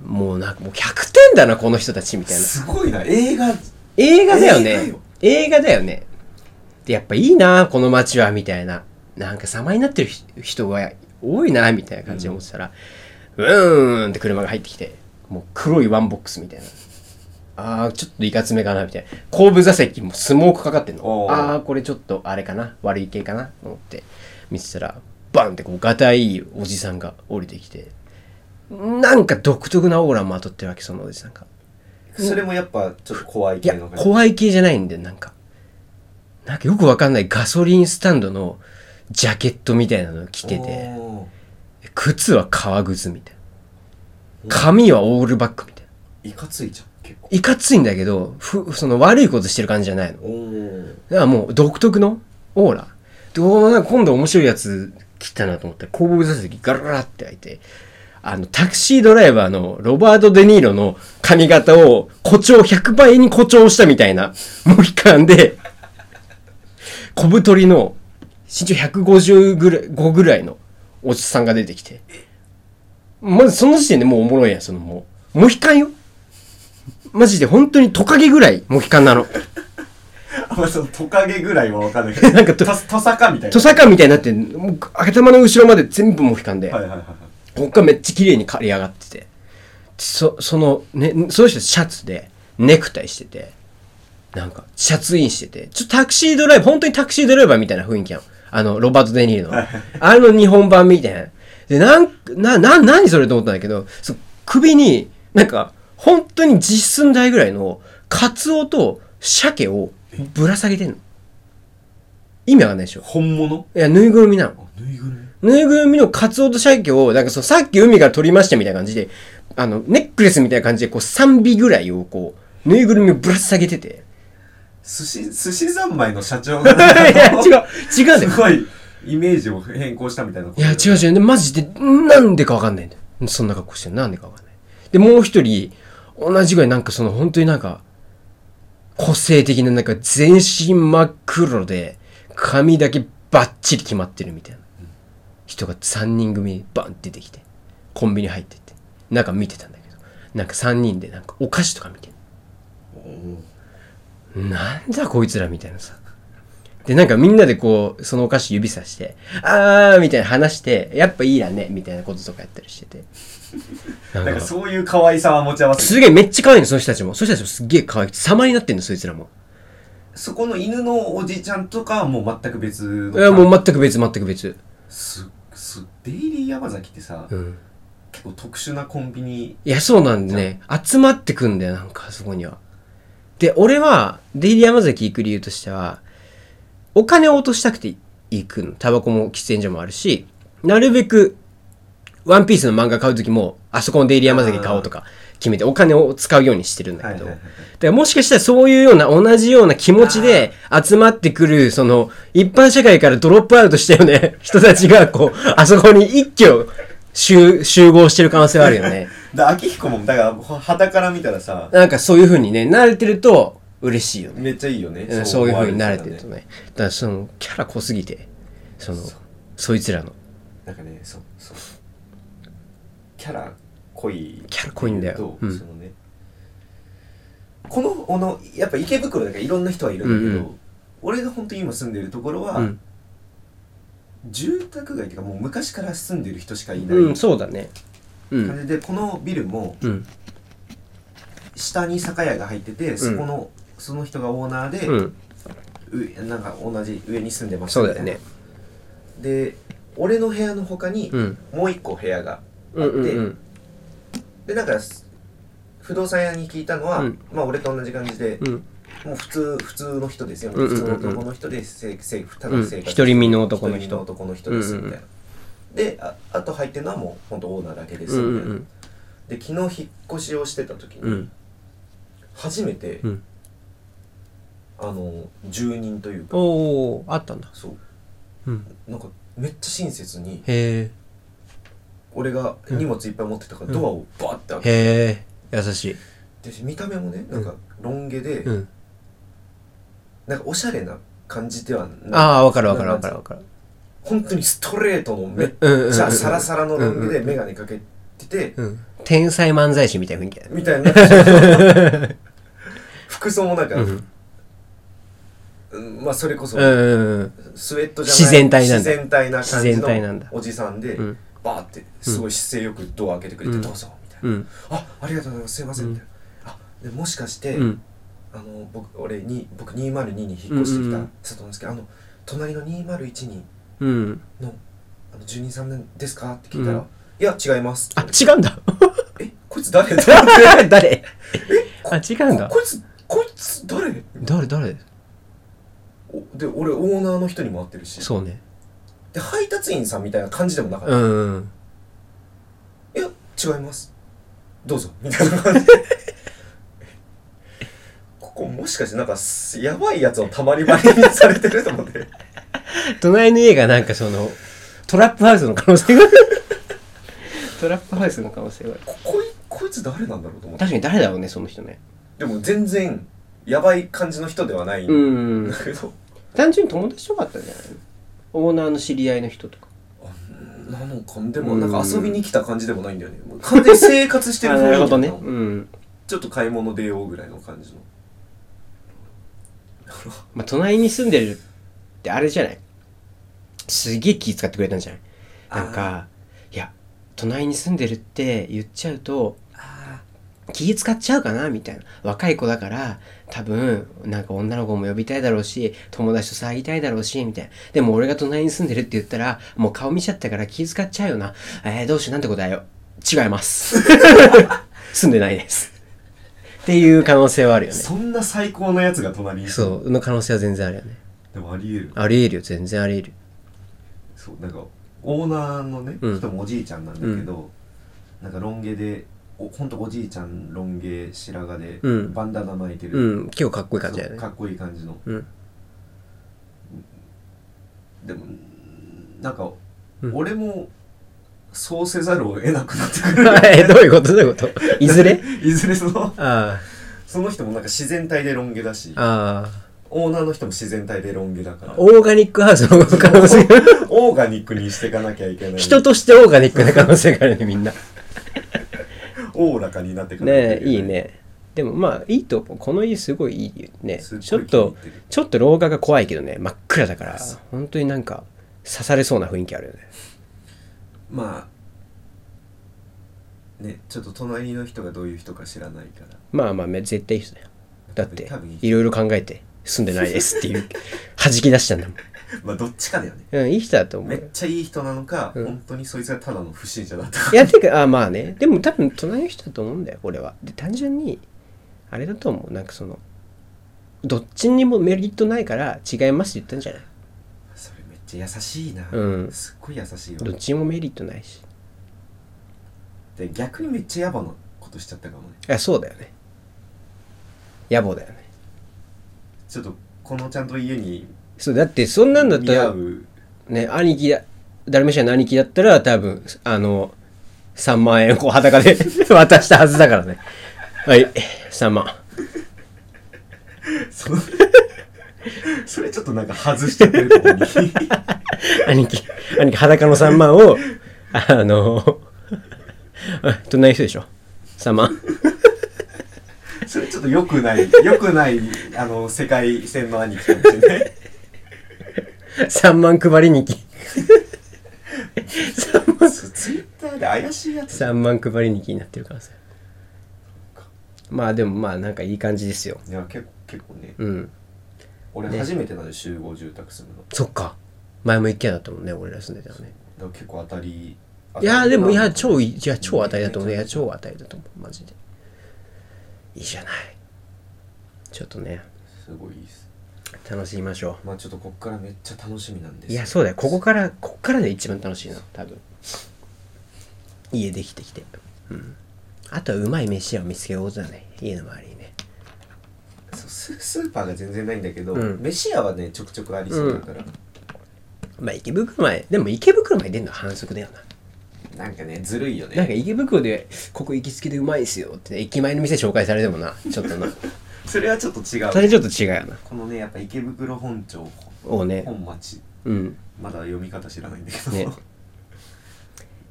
[SPEAKER 2] もうなんかもう100点だな、この人たちみたいな。
[SPEAKER 1] すごいな映画
[SPEAKER 2] 映画だ
[SPEAKER 1] 映
[SPEAKER 2] よ
[SPEAKER 1] 画
[SPEAKER 2] ね
[SPEAKER 1] よ
[SPEAKER 2] 映画だよねでやっぱいいなこの街はみたいななんか様になってるひ人が多いなみたいな感じで思ってたら、うーんって車が入ってきてもう黒いワンボックスみたいなああ、ちょっといかつめかな、みたいな。後部座席もスモークかかってんの
[SPEAKER 1] お。ー
[SPEAKER 2] ああ、これちょっとあれかな、悪い系かな、と思って見てたら、バンってこう、がたいいおじさんが降りてきて、なんか独特なオーラまとってるわけ、そのおじさんが。
[SPEAKER 1] それもやっぱちょっと怖い
[SPEAKER 2] い
[SPEAKER 1] 系
[SPEAKER 2] や
[SPEAKER 1] の、感じ
[SPEAKER 2] 怖い系じゃないんで、なんか。なんかよくわかんないガソリンスタンドのジャケットみたいなの着てて。
[SPEAKER 1] おー
[SPEAKER 2] 靴は革靴みたいな髪はオールバックみたいない
[SPEAKER 1] かついじゃん結構
[SPEAKER 2] いかついんだけどふその悪いことしてる感じじゃないのだか
[SPEAKER 1] おー
[SPEAKER 2] らもう独特のオーラでおーなんか今度面白いやつ来たなと思ったら後部座席ガラガラって開いてあのタクシードライバーのロバート・デ・ニーロの髪型を誇張100倍に誇張したみたいなモヒカンで小太りの身長150ぐらい5ぐらいのおじさんが出てきてまずその時点でもうおもろいやんそのもうモヒカンよマジで本当にトカゲぐらいモヒカンなの
[SPEAKER 1] あんまそのトカゲぐらいは分かんないけど
[SPEAKER 2] なんかと
[SPEAKER 1] トトサカみたいな
[SPEAKER 2] トサカみたいになってんのもう頭の後ろまで全部モヒカンで、
[SPEAKER 1] はいはいはいはい
[SPEAKER 2] こっからめっちゃ綺麗に刈り上がっててそそのねその人シャツでネクタイしててなんかシャツインしててちょっとタクシードライバー本当にタクシードライバーみたいな雰囲気やんあのロバート・デ・ニーロのあの日本版みたいなでなんなな何それと思ったんだけどそ首になんか本当に実寸大ぐらいのカツオと鮭をぶら下げてんの意味わかんないでしょ
[SPEAKER 1] 本物
[SPEAKER 2] いやぬいぐるみなの
[SPEAKER 1] あぬいぐるみ
[SPEAKER 2] ぬいぐるみのカツオとシャケを、なんかそのさっき海から取りましたみたいな感じで、あの、ネックレスみたいな感じで、こう3尾ぐらいをこう、ぬいぐるみをぶら下げてて。 *laughs*
[SPEAKER 1] 寿司寿司三昧の社長
[SPEAKER 2] い
[SPEAKER 1] が
[SPEAKER 2] や、違う、違うんだよ。
[SPEAKER 1] すごいイメージを変更したみたいない
[SPEAKER 2] いや、違う違う。でマジで、なんでかわかんないんだよ。そんな格好してるなんでかわかんない。で、もう一人、同じぐらいなんかその、本当になんか、個性的な、なんか全身真っ黒で、髪だけバッチリ決まってるみたいな人が3人組バンって出てきて、コンビニ入ってって、なんか見てたんだけど、なんか3人でなんかお菓子とか見てなんだこいつらみたいなさ。で、なんかみんなでこう、そのお菓子指さして、あーみたいな話して、やっぱいいらね、みたいなこととかやったりしてて。な
[SPEAKER 1] なん
[SPEAKER 2] ん
[SPEAKER 1] か
[SPEAKER 2] か、
[SPEAKER 1] そういう可愛さは持ち合わせて
[SPEAKER 2] すげえめっちゃ可愛いの、その人たちも。その人たちもすっげえ可愛くて、様になってんの、そいつらも。
[SPEAKER 1] そこの犬のおじちゃんとかはもう全く別
[SPEAKER 2] い
[SPEAKER 1] の
[SPEAKER 2] や、もう全く別、全く別。
[SPEAKER 1] すすデイリー山崎ってさ、
[SPEAKER 2] うん。
[SPEAKER 1] 結構特殊なコンビニ
[SPEAKER 2] いや、そうなんでね、集まってくんだよ、なんか、そこには。で、俺は、デイリー山崎行く理由としては、お金を落としたくて行くの。タバコも喫煙所もあるし、なるべく、ワンピースの漫画買うときも、あそこのデイリー山崎買おうとか決めて、お金を使うようにしてるんだけど、
[SPEAKER 1] はいはいはいはい
[SPEAKER 2] だからもしかしたらそういうような同じような気持ちで集まってくる、その、一般社会からドロップアウトしたよね、人たちが、こう、あそこに一挙集、集合してる可能性はあるよね。
[SPEAKER 1] だ秋彦もだからはたから見たらさ
[SPEAKER 2] なんかそういう風にね、慣れてると嬉しいよね。
[SPEAKER 1] めっちゃいいよね、
[SPEAKER 2] うんそういう
[SPEAKER 1] 思わ
[SPEAKER 2] 風
[SPEAKER 1] れ
[SPEAKER 2] に慣れ
[SPEAKER 1] た
[SPEAKER 2] て
[SPEAKER 1] ら
[SPEAKER 2] る
[SPEAKER 1] ね
[SPEAKER 2] とね。だからその、キャラ濃すぎて、その、そいつらの、
[SPEAKER 1] なんかねそうそうキャラ濃い
[SPEAKER 2] キャラ濃いんだよ
[SPEAKER 1] と。
[SPEAKER 2] うん
[SPEAKER 1] そのねこのこのやっぱ池袋だからいろんな人はいるんだけど、
[SPEAKER 2] うん
[SPEAKER 1] 俺が本当に今住んでるところは、
[SPEAKER 2] うん
[SPEAKER 1] 住宅街っていうかもう昔から住んでる人しかいない
[SPEAKER 2] うん、
[SPEAKER 1] 感
[SPEAKER 2] そうだね。うん。
[SPEAKER 1] じで、このビルも
[SPEAKER 2] うん。
[SPEAKER 1] 下に酒屋が入っててそこの、その人がオーナーで、
[SPEAKER 2] うん。
[SPEAKER 1] うなんか同じ上に住んでます
[SPEAKER 2] そう
[SPEAKER 1] みた
[SPEAKER 2] だ
[SPEAKER 1] い
[SPEAKER 2] よ
[SPEAKER 1] な
[SPEAKER 2] ね。
[SPEAKER 1] で俺の部屋の他に
[SPEAKER 2] うん。
[SPEAKER 1] もう一個部屋が、
[SPEAKER 2] うんうんうん。
[SPEAKER 1] でなんかす不動産屋に聞いたのは、
[SPEAKER 2] うん
[SPEAKER 1] まあ俺と同じ感じで、
[SPEAKER 2] うん。
[SPEAKER 1] もう普通普通の人ですよね、
[SPEAKER 2] うんうんうん
[SPEAKER 1] 普通の男の人でせせただ
[SPEAKER 2] うん
[SPEAKER 1] 生活
[SPEAKER 2] 一人身の男の人
[SPEAKER 1] 一人身男の人ですみたいな、
[SPEAKER 2] うん
[SPEAKER 1] でああと入ってるのはもう本当オーナーだけです
[SPEAKER 2] う
[SPEAKER 1] み
[SPEAKER 2] ん
[SPEAKER 1] たいな、
[SPEAKER 2] うん
[SPEAKER 1] で昨日引っ越しをしてた時に、
[SPEAKER 2] うん。
[SPEAKER 1] 初めて、
[SPEAKER 2] うん
[SPEAKER 1] あの住人というか
[SPEAKER 2] おー、あったんだ。
[SPEAKER 1] そう
[SPEAKER 2] うん。
[SPEAKER 1] なんかめっちゃ親切に
[SPEAKER 2] へ
[SPEAKER 1] 俺が荷物いっぱい持ってたからドアをバーって開
[SPEAKER 2] え。へえ。優しい。
[SPEAKER 1] けて、で見た目もねなんかロン毛で、
[SPEAKER 2] うん。
[SPEAKER 1] なんかおしゃれな感じではない
[SPEAKER 2] ああ、わかるわかるわかるわかる。
[SPEAKER 1] 本当にストレートのめっ
[SPEAKER 2] うんうんうんうん
[SPEAKER 1] ちゃサラサラのロン毛で眼鏡かけてて、
[SPEAKER 2] うん。天才漫才師みたいな雰囲気だね。
[SPEAKER 1] みたいな
[SPEAKER 2] *laughs*
[SPEAKER 1] 服装もなんか、
[SPEAKER 2] うん。
[SPEAKER 1] うんまあそれこそ
[SPEAKER 2] うんうんうん。
[SPEAKER 1] スウェットじゃない
[SPEAKER 2] 自然体なんだ
[SPEAKER 1] 自然体な感じ
[SPEAKER 2] 自然体なんだ
[SPEAKER 1] のおじさんで、
[SPEAKER 2] うん
[SPEAKER 1] バーってすごい姿勢よくドア開けてくれて、
[SPEAKER 2] うん
[SPEAKER 1] どうぞみたいな、
[SPEAKER 2] うん。
[SPEAKER 1] あありがとうございますすいませんみたいな、あでもしかして、
[SPEAKER 2] うん
[SPEAKER 1] あの僕俺に僕202に引っ越してき
[SPEAKER 2] うんうんう
[SPEAKER 1] た
[SPEAKER 2] ん
[SPEAKER 1] 外なんですけど、あの隣の201に
[SPEAKER 2] うん
[SPEAKER 1] のあの住人さんですかって聞いたら、
[SPEAKER 2] うん
[SPEAKER 1] いや違います
[SPEAKER 2] あ違うんだ
[SPEAKER 1] えこいつ誰
[SPEAKER 2] *laughs* 誰 *laughs* あ違うんだ
[SPEAKER 1] ここいつこいつ誰
[SPEAKER 2] 誰誰
[SPEAKER 1] おで俺オーナーの人にも会ってるし
[SPEAKER 2] そうね
[SPEAKER 1] で配達員さんみたいな感じでもなかった、
[SPEAKER 2] うん
[SPEAKER 1] いや違いますどうぞみたいな感じ *laughs* ここもしかしてなんかすやばいやつをたまり場にされてると思って
[SPEAKER 2] 隣の家がなんかそのトラップハウスの可能性が *laughs* トラップハウスの可能性が
[SPEAKER 1] ここいこいつ誰なんだろうと思って
[SPEAKER 2] 確かに誰だろうねその人ね
[SPEAKER 1] でも全然やばい感じの人ではないん
[SPEAKER 2] うん
[SPEAKER 1] だけど、
[SPEAKER 2] 単純に友達とかだったんじゃないのオーナーの知り合いの人とか
[SPEAKER 1] なのかでもなんか遊びに来た感じでもないんだよねもう完全に生活してる
[SPEAKER 2] *laughs* あ
[SPEAKER 1] 雰囲気
[SPEAKER 2] なるほど
[SPEAKER 1] だ
[SPEAKER 2] ね
[SPEAKER 1] ったの
[SPEAKER 2] うん
[SPEAKER 1] ちょっと買い物出ようぐらいの感じの
[SPEAKER 2] まあ隣に住んでるってあれじゃないすげえ気遣ってくれたんじゃないなんかいや隣に住んでるって言っちゃうと
[SPEAKER 1] あ
[SPEAKER 2] 気使っちゃうかなみたいな若い子だから多分なんか女の子も呼びたいだろうし友達と騒ぎたいだろうしみたいなでも俺が隣に住んでるって言ったらもう顔見ちゃったから気遣っちゃうよなえー、どうしようなんて答えよう違います *laughs* 住んでないですっていう可能性はある
[SPEAKER 1] ー
[SPEAKER 2] よね
[SPEAKER 1] そんな最高なやつが隣に
[SPEAKER 2] そうの可能性は全然あるよね
[SPEAKER 1] でもありえる
[SPEAKER 2] ありえるよ全然ありえる
[SPEAKER 1] そうなんかオーナーのね、
[SPEAKER 2] うん
[SPEAKER 1] 人もおじいちゃんなんだけど、なんかロン毛でおほんとおじいちゃんロン毛白髪で、
[SPEAKER 2] うん
[SPEAKER 1] バンダナ巻いてる、
[SPEAKER 2] うん結構かっこいい感じだよ
[SPEAKER 1] そう
[SPEAKER 2] ね
[SPEAKER 1] かっこいい感じの
[SPEAKER 2] うん *laughs*
[SPEAKER 1] でもなんか、
[SPEAKER 2] うん
[SPEAKER 1] 俺もそうせざるを得なくなってく
[SPEAKER 2] え
[SPEAKER 1] る
[SPEAKER 2] どういうことどういうこと *laughs* いずれ
[SPEAKER 1] *laughs* いずれその
[SPEAKER 2] *laughs* あ
[SPEAKER 1] その人もなんか自然体でロン毛だし
[SPEAKER 2] あああ
[SPEAKER 1] オーナーの人も自然体でロン毛だから
[SPEAKER 2] オーガニックハウスの可能性が
[SPEAKER 1] オーガニックにしていかなきゃいけない
[SPEAKER 2] 人としてオーガニックな可能性があるねみんな
[SPEAKER 1] おおらかになっていかなきゃ
[SPEAKER 2] ね
[SPEAKER 1] いけな
[SPEAKER 2] えいいねでもまあいいと思うこの家すごいいいよね
[SPEAKER 1] すっごい
[SPEAKER 2] ちょっ
[SPEAKER 1] 気に入
[SPEAKER 2] と
[SPEAKER 1] ってる
[SPEAKER 2] ちょっと廊下が怖いけどね真っ暗だから
[SPEAKER 1] そう
[SPEAKER 2] 本当になんか刺されそうな雰囲気あるよね
[SPEAKER 1] まあねちょっと隣の人がどういう人か知らないから
[SPEAKER 2] まあまあめ絶対いい人だよだって
[SPEAKER 1] 多分いい
[SPEAKER 2] いろいろ考えて住んでないですっていう *laughs* 弾き出したんだもん
[SPEAKER 1] まあどっちかだよね
[SPEAKER 2] うんいい人だと思う
[SPEAKER 1] めっ
[SPEAKER 2] よ
[SPEAKER 1] ちゃいい人なのか、
[SPEAKER 2] うん
[SPEAKER 1] 本当にそいつがただの不審者だったか
[SPEAKER 2] いやてかあまあねでも多分隣の人だと思うんだよ俺はで単純にあれだと思うなんかそのどっちにもメリットないから違いますって言ったんじゃない
[SPEAKER 1] それめっちゃ優しいな、
[SPEAKER 2] うん
[SPEAKER 1] すっごい優しい
[SPEAKER 2] ど
[SPEAKER 1] わ
[SPEAKER 2] っちにもメリットないし
[SPEAKER 1] で逆にめっちゃヤバなことしちゃったかもね
[SPEAKER 2] いやそうだよね野暮だよね
[SPEAKER 1] ちょっとこのちゃんと家に
[SPEAKER 2] そうだってそんなんだった
[SPEAKER 1] 見合
[SPEAKER 2] ら
[SPEAKER 1] う
[SPEAKER 2] ね兄貴だ誰も知らない兄貴だったら多分あの3万円をこう裸で *laughs* 渡したはずだからねはい3万
[SPEAKER 1] その *laughs* それちょっとなんか外しちゃってると
[SPEAKER 2] *laughs*
[SPEAKER 1] 思う
[SPEAKER 2] 兄貴兄貴裸の3万をあの *laughs* あ隣の人でしょ3万
[SPEAKER 1] それちょっと良くない良くないあの世界線の兄貴かもしれない
[SPEAKER 2] 3万配りに行き
[SPEAKER 1] そうツイッターで怪しいやつ
[SPEAKER 2] 3万配りに行きになってるからさまあでもまあなんかいい感じですよ
[SPEAKER 1] いや結構結構ね
[SPEAKER 2] うん
[SPEAKER 1] 俺
[SPEAKER 2] ね
[SPEAKER 1] 初めてなんで集合住宅住むのだか
[SPEAKER 2] そっか前も一軒家だったもんね俺ら住んでたのね
[SPEAKER 1] ら結構当たり
[SPEAKER 2] いやでもいや超
[SPEAKER 1] い
[SPEAKER 2] いいいや超当たりだと思ういや超当たりだと思うマジでいいじゃないちょっとね
[SPEAKER 1] すごいいいです
[SPEAKER 2] 楽しみましょ
[SPEAKER 1] まあちょっとこっからめっちゃ楽しみなんで
[SPEAKER 2] う
[SPEAKER 1] す
[SPEAKER 2] いやそうだよここからここからで一番楽しいな多分家できてきてうんあとはうまい飯屋を見つけようだね家の周りにね
[SPEAKER 1] そうススーパーが全然ないんだけど、
[SPEAKER 2] うん
[SPEAKER 1] 飯屋はねちょくちょくありそうだから、
[SPEAKER 2] まあ池袋前でも池袋前出るのは反則だよな
[SPEAKER 1] なんかねずるいよね
[SPEAKER 2] なんか池袋でここ行きつけでうまいんすよって駅前の店紹介されてもなちょ
[SPEAKER 1] *laughs*
[SPEAKER 2] っとな
[SPEAKER 1] それはちょっと違
[SPEAKER 2] そうれちょっと違うよな
[SPEAKER 1] このねやっぱ池袋本町
[SPEAKER 2] おうね
[SPEAKER 1] 本町
[SPEAKER 2] うん
[SPEAKER 1] まだ読み方知らないんだけど、
[SPEAKER 2] ね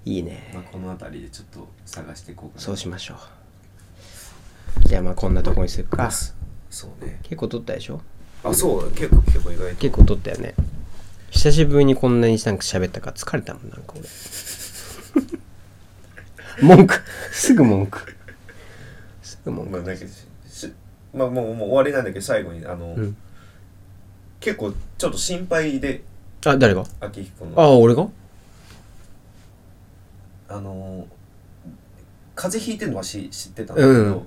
[SPEAKER 2] いい
[SPEAKER 1] *laughs*
[SPEAKER 2] ね
[SPEAKER 1] まあこの辺りでちょっと探していこうかな
[SPEAKER 2] そうしましょうじゃあまあこんなとこにするか
[SPEAKER 1] そうね
[SPEAKER 2] 結構撮ったでしょ
[SPEAKER 1] あそう結構結構意外と
[SPEAKER 2] 結構撮ったよね久しぶりにこんなになんか喋ったから疲れたもんなんか俺 *laughs* 文句すぐ文句すぐ文
[SPEAKER 1] まあ
[SPEAKER 2] 句
[SPEAKER 1] だけどまあもうもう終わりなんだけど最後にあの、
[SPEAKER 2] うん
[SPEAKER 1] 結構ちょっと心配で
[SPEAKER 2] あ、誰が
[SPEAKER 1] 秋彦の
[SPEAKER 2] あ
[SPEAKER 1] あ
[SPEAKER 2] あ、俺が
[SPEAKER 1] の風邪ひいてるのはし知ってたんだけど、
[SPEAKER 2] うん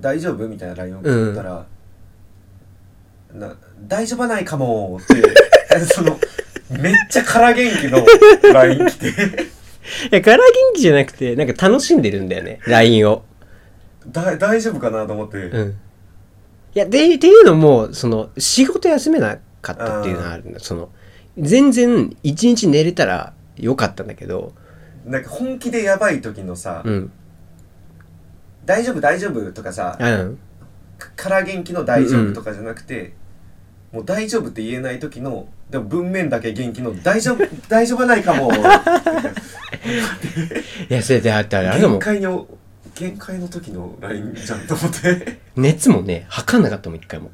[SPEAKER 1] 大丈夫みたいな LINE を送ったら、な大丈夫はないかもって *laughs* そのめっちゃ空元気の LINE 来て
[SPEAKER 2] いや、から元気じゃなくて、なんか楽しんでるんだよね、LINE を。
[SPEAKER 1] だ大丈夫かなと思って、
[SPEAKER 2] うん。いや、で、っていうのも、その、仕事休めなかったっていうのはあるんだ。その、全然、一日寝れたらよかったんだけど、
[SPEAKER 1] なんか本気でやばい時のさ「
[SPEAKER 2] うん。
[SPEAKER 1] 大丈夫大丈夫」とかさ
[SPEAKER 2] うん。
[SPEAKER 1] から元気の「大丈夫」とかじゃなくて、もう「大丈夫」って言えない時のでも文面だけ元気の「大丈夫 *laughs* 大丈夫はないかも」
[SPEAKER 2] いや、それで、あってあれあれだも
[SPEAKER 1] 限
[SPEAKER 2] ん、
[SPEAKER 1] 界の限界の時の LINE じゃんと思って *laughs*
[SPEAKER 2] 熱もね、測んなかったもん、一回も。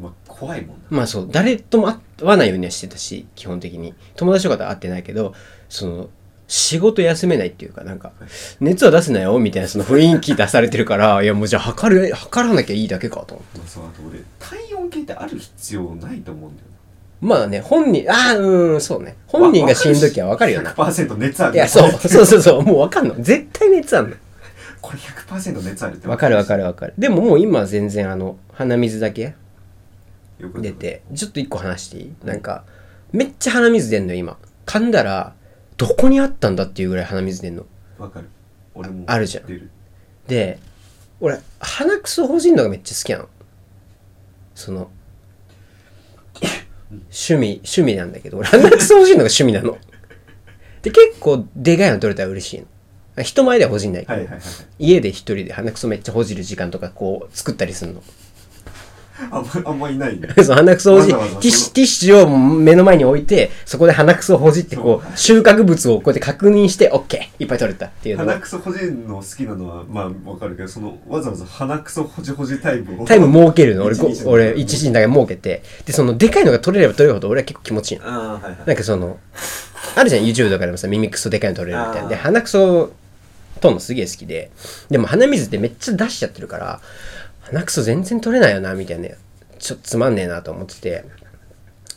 [SPEAKER 1] まあ怖いもんな
[SPEAKER 2] まあそう、誰とも会わないようにはしてたし、基本的に。友達とかとは会ってないけど、その、仕事休めないっていうか、なんか、熱は出せなよ、みたいなその雰囲気出されてるから、いや、もうじゃあ測る、測らなきゃいいだけかと思って。
[SPEAKER 1] まあそうあと俺体温計ってある必要ないと思うんだよ
[SPEAKER 2] まあね、本人、ああ、うーん、そうね。本人が死んどきはわかるよな。
[SPEAKER 1] 100%熱ある
[SPEAKER 2] いや、そう、そうそうそう、もうわかんの。絶対熱あんの。
[SPEAKER 1] これ100%熱あるって
[SPEAKER 2] わかるわ
[SPEAKER 1] る
[SPEAKER 2] かるわかる。でももう今は全然あの、鼻水だけ
[SPEAKER 1] よく
[SPEAKER 2] 出て、ちょっと一個話していいなんか、めっちゃ鼻水出んのよ、今。噛んだら、どこにあったんだっていうぐらい鼻水出んの。
[SPEAKER 1] わかる俺も
[SPEAKER 2] ああるじゃん
[SPEAKER 1] 出る
[SPEAKER 2] で、俺、鼻くそほじんのがめっちゃ好きなの。その、趣味、趣味なんだけど、俺、鼻くそほじんのが趣味なの。で、結構、でかいの取れたら嬉しいの。人前ではほじんないけ
[SPEAKER 1] はい
[SPEAKER 2] ど、
[SPEAKER 1] はいはいはい
[SPEAKER 2] 家で一人で鼻くそめっちゃほじる時間とか、こう、作ったりするの。 *laughs*
[SPEAKER 1] あんまあんまいないね
[SPEAKER 2] そう鼻くそをほじ、テ
[SPEAKER 1] わざわざ
[SPEAKER 2] ィッシュ、ティッシュを目の前に置いて、そこで鼻くそをほじって、こう、収穫物をこうやって確認して、オッケーいっぱい取れたっていうの
[SPEAKER 1] 鼻
[SPEAKER 2] が。
[SPEAKER 1] くそほじるの好きなのはまあわかるけどそのわざわざ鼻くそほじほじタイムを
[SPEAKER 2] タイム設けるの俺、
[SPEAKER 1] 一
[SPEAKER 2] ご
[SPEAKER 1] 日に
[SPEAKER 2] 俺、一時にだけ設けて。で、その、でかいのが取れれば取れるほど俺は結構気持ちいいの。
[SPEAKER 1] ああはいはい
[SPEAKER 2] なんかその、あるじゃん、YouTube とかでもさ、耳くそでかいの取れるみたいな。で、
[SPEAKER 1] あー
[SPEAKER 2] 鼻くそ取るのすげえ好きで。でも鼻水ってめっちゃ出しちゃってるから、鼻くそ全然取れないよな、みたいな。ちょっとつまんねえなと思ってて。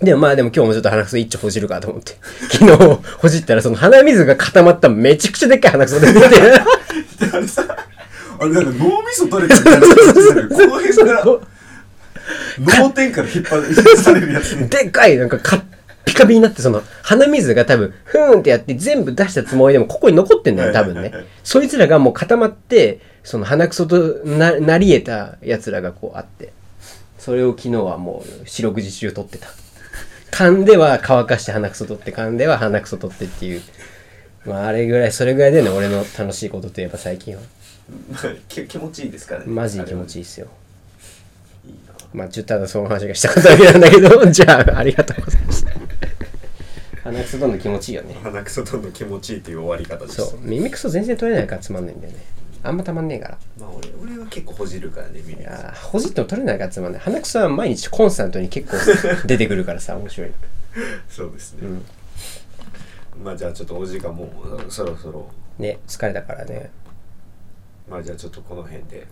[SPEAKER 2] でもまあでも今日もちょっと鼻くそ一丁ほじるかと
[SPEAKER 1] *laughs*
[SPEAKER 2] 思って。昨日ほじったらその鼻水が固まっためちゃくちゃでっかい鼻くそ出て
[SPEAKER 1] *laughs*
[SPEAKER 2] て。
[SPEAKER 1] であれさあれなんか脳みそ取れてるみたいな感じだよねこの辺から脳天から引っ張る引っ張られるや
[SPEAKER 2] *laughs*
[SPEAKER 1] つね
[SPEAKER 2] でっかい、なんかか、ピカピになって、その、鼻水が多分、ふーんってやって全部出したつもりでも、ここに残ってんだよ、多分
[SPEAKER 1] はい
[SPEAKER 2] ね
[SPEAKER 1] はいはい。
[SPEAKER 2] そいつらがもう固まって、その鼻くそとななり得た奴らがこうあって、それを昨日はもう四六時中取ってた。噛んでは乾かして鼻くそ取って、噛んでは鼻くそ取ってっていう。まあ、あれぐらい、それぐらいだよね、俺の楽しいことといえば最近は。
[SPEAKER 1] まあき気持ちいいですからね
[SPEAKER 2] マジで気持ちいいっすよ。
[SPEAKER 1] いいな
[SPEAKER 2] まあ、ちょっとただその話がしたかったわけなんだけど、 *laughs* じゃあ、ありがとうございました。鼻くそどんどん気持ちいいよね。
[SPEAKER 1] 鼻くそどんどん気持ちいいっていう終わり方です
[SPEAKER 2] そう、耳くそ全然取れないからつまんないんだよね。あんまたまんねえから。
[SPEAKER 1] まあ俺俺は結構ほじるからねみん
[SPEAKER 2] い
[SPEAKER 1] な
[SPEAKER 2] やーほじっても取れないからつまんない。鼻くそは毎日コンスタントに結構出てくるからさ、面白い。
[SPEAKER 1] そうです
[SPEAKER 2] う
[SPEAKER 1] ね
[SPEAKER 2] ん。
[SPEAKER 1] まあじゃあちょっとお時間もうそろそろ
[SPEAKER 2] ね、疲れたからね。
[SPEAKER 1] まあじゃあちょっとこの辺で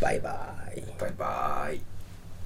[SPEAKER 2] バイバーイ。
[SPEAKER 1] バイバーイ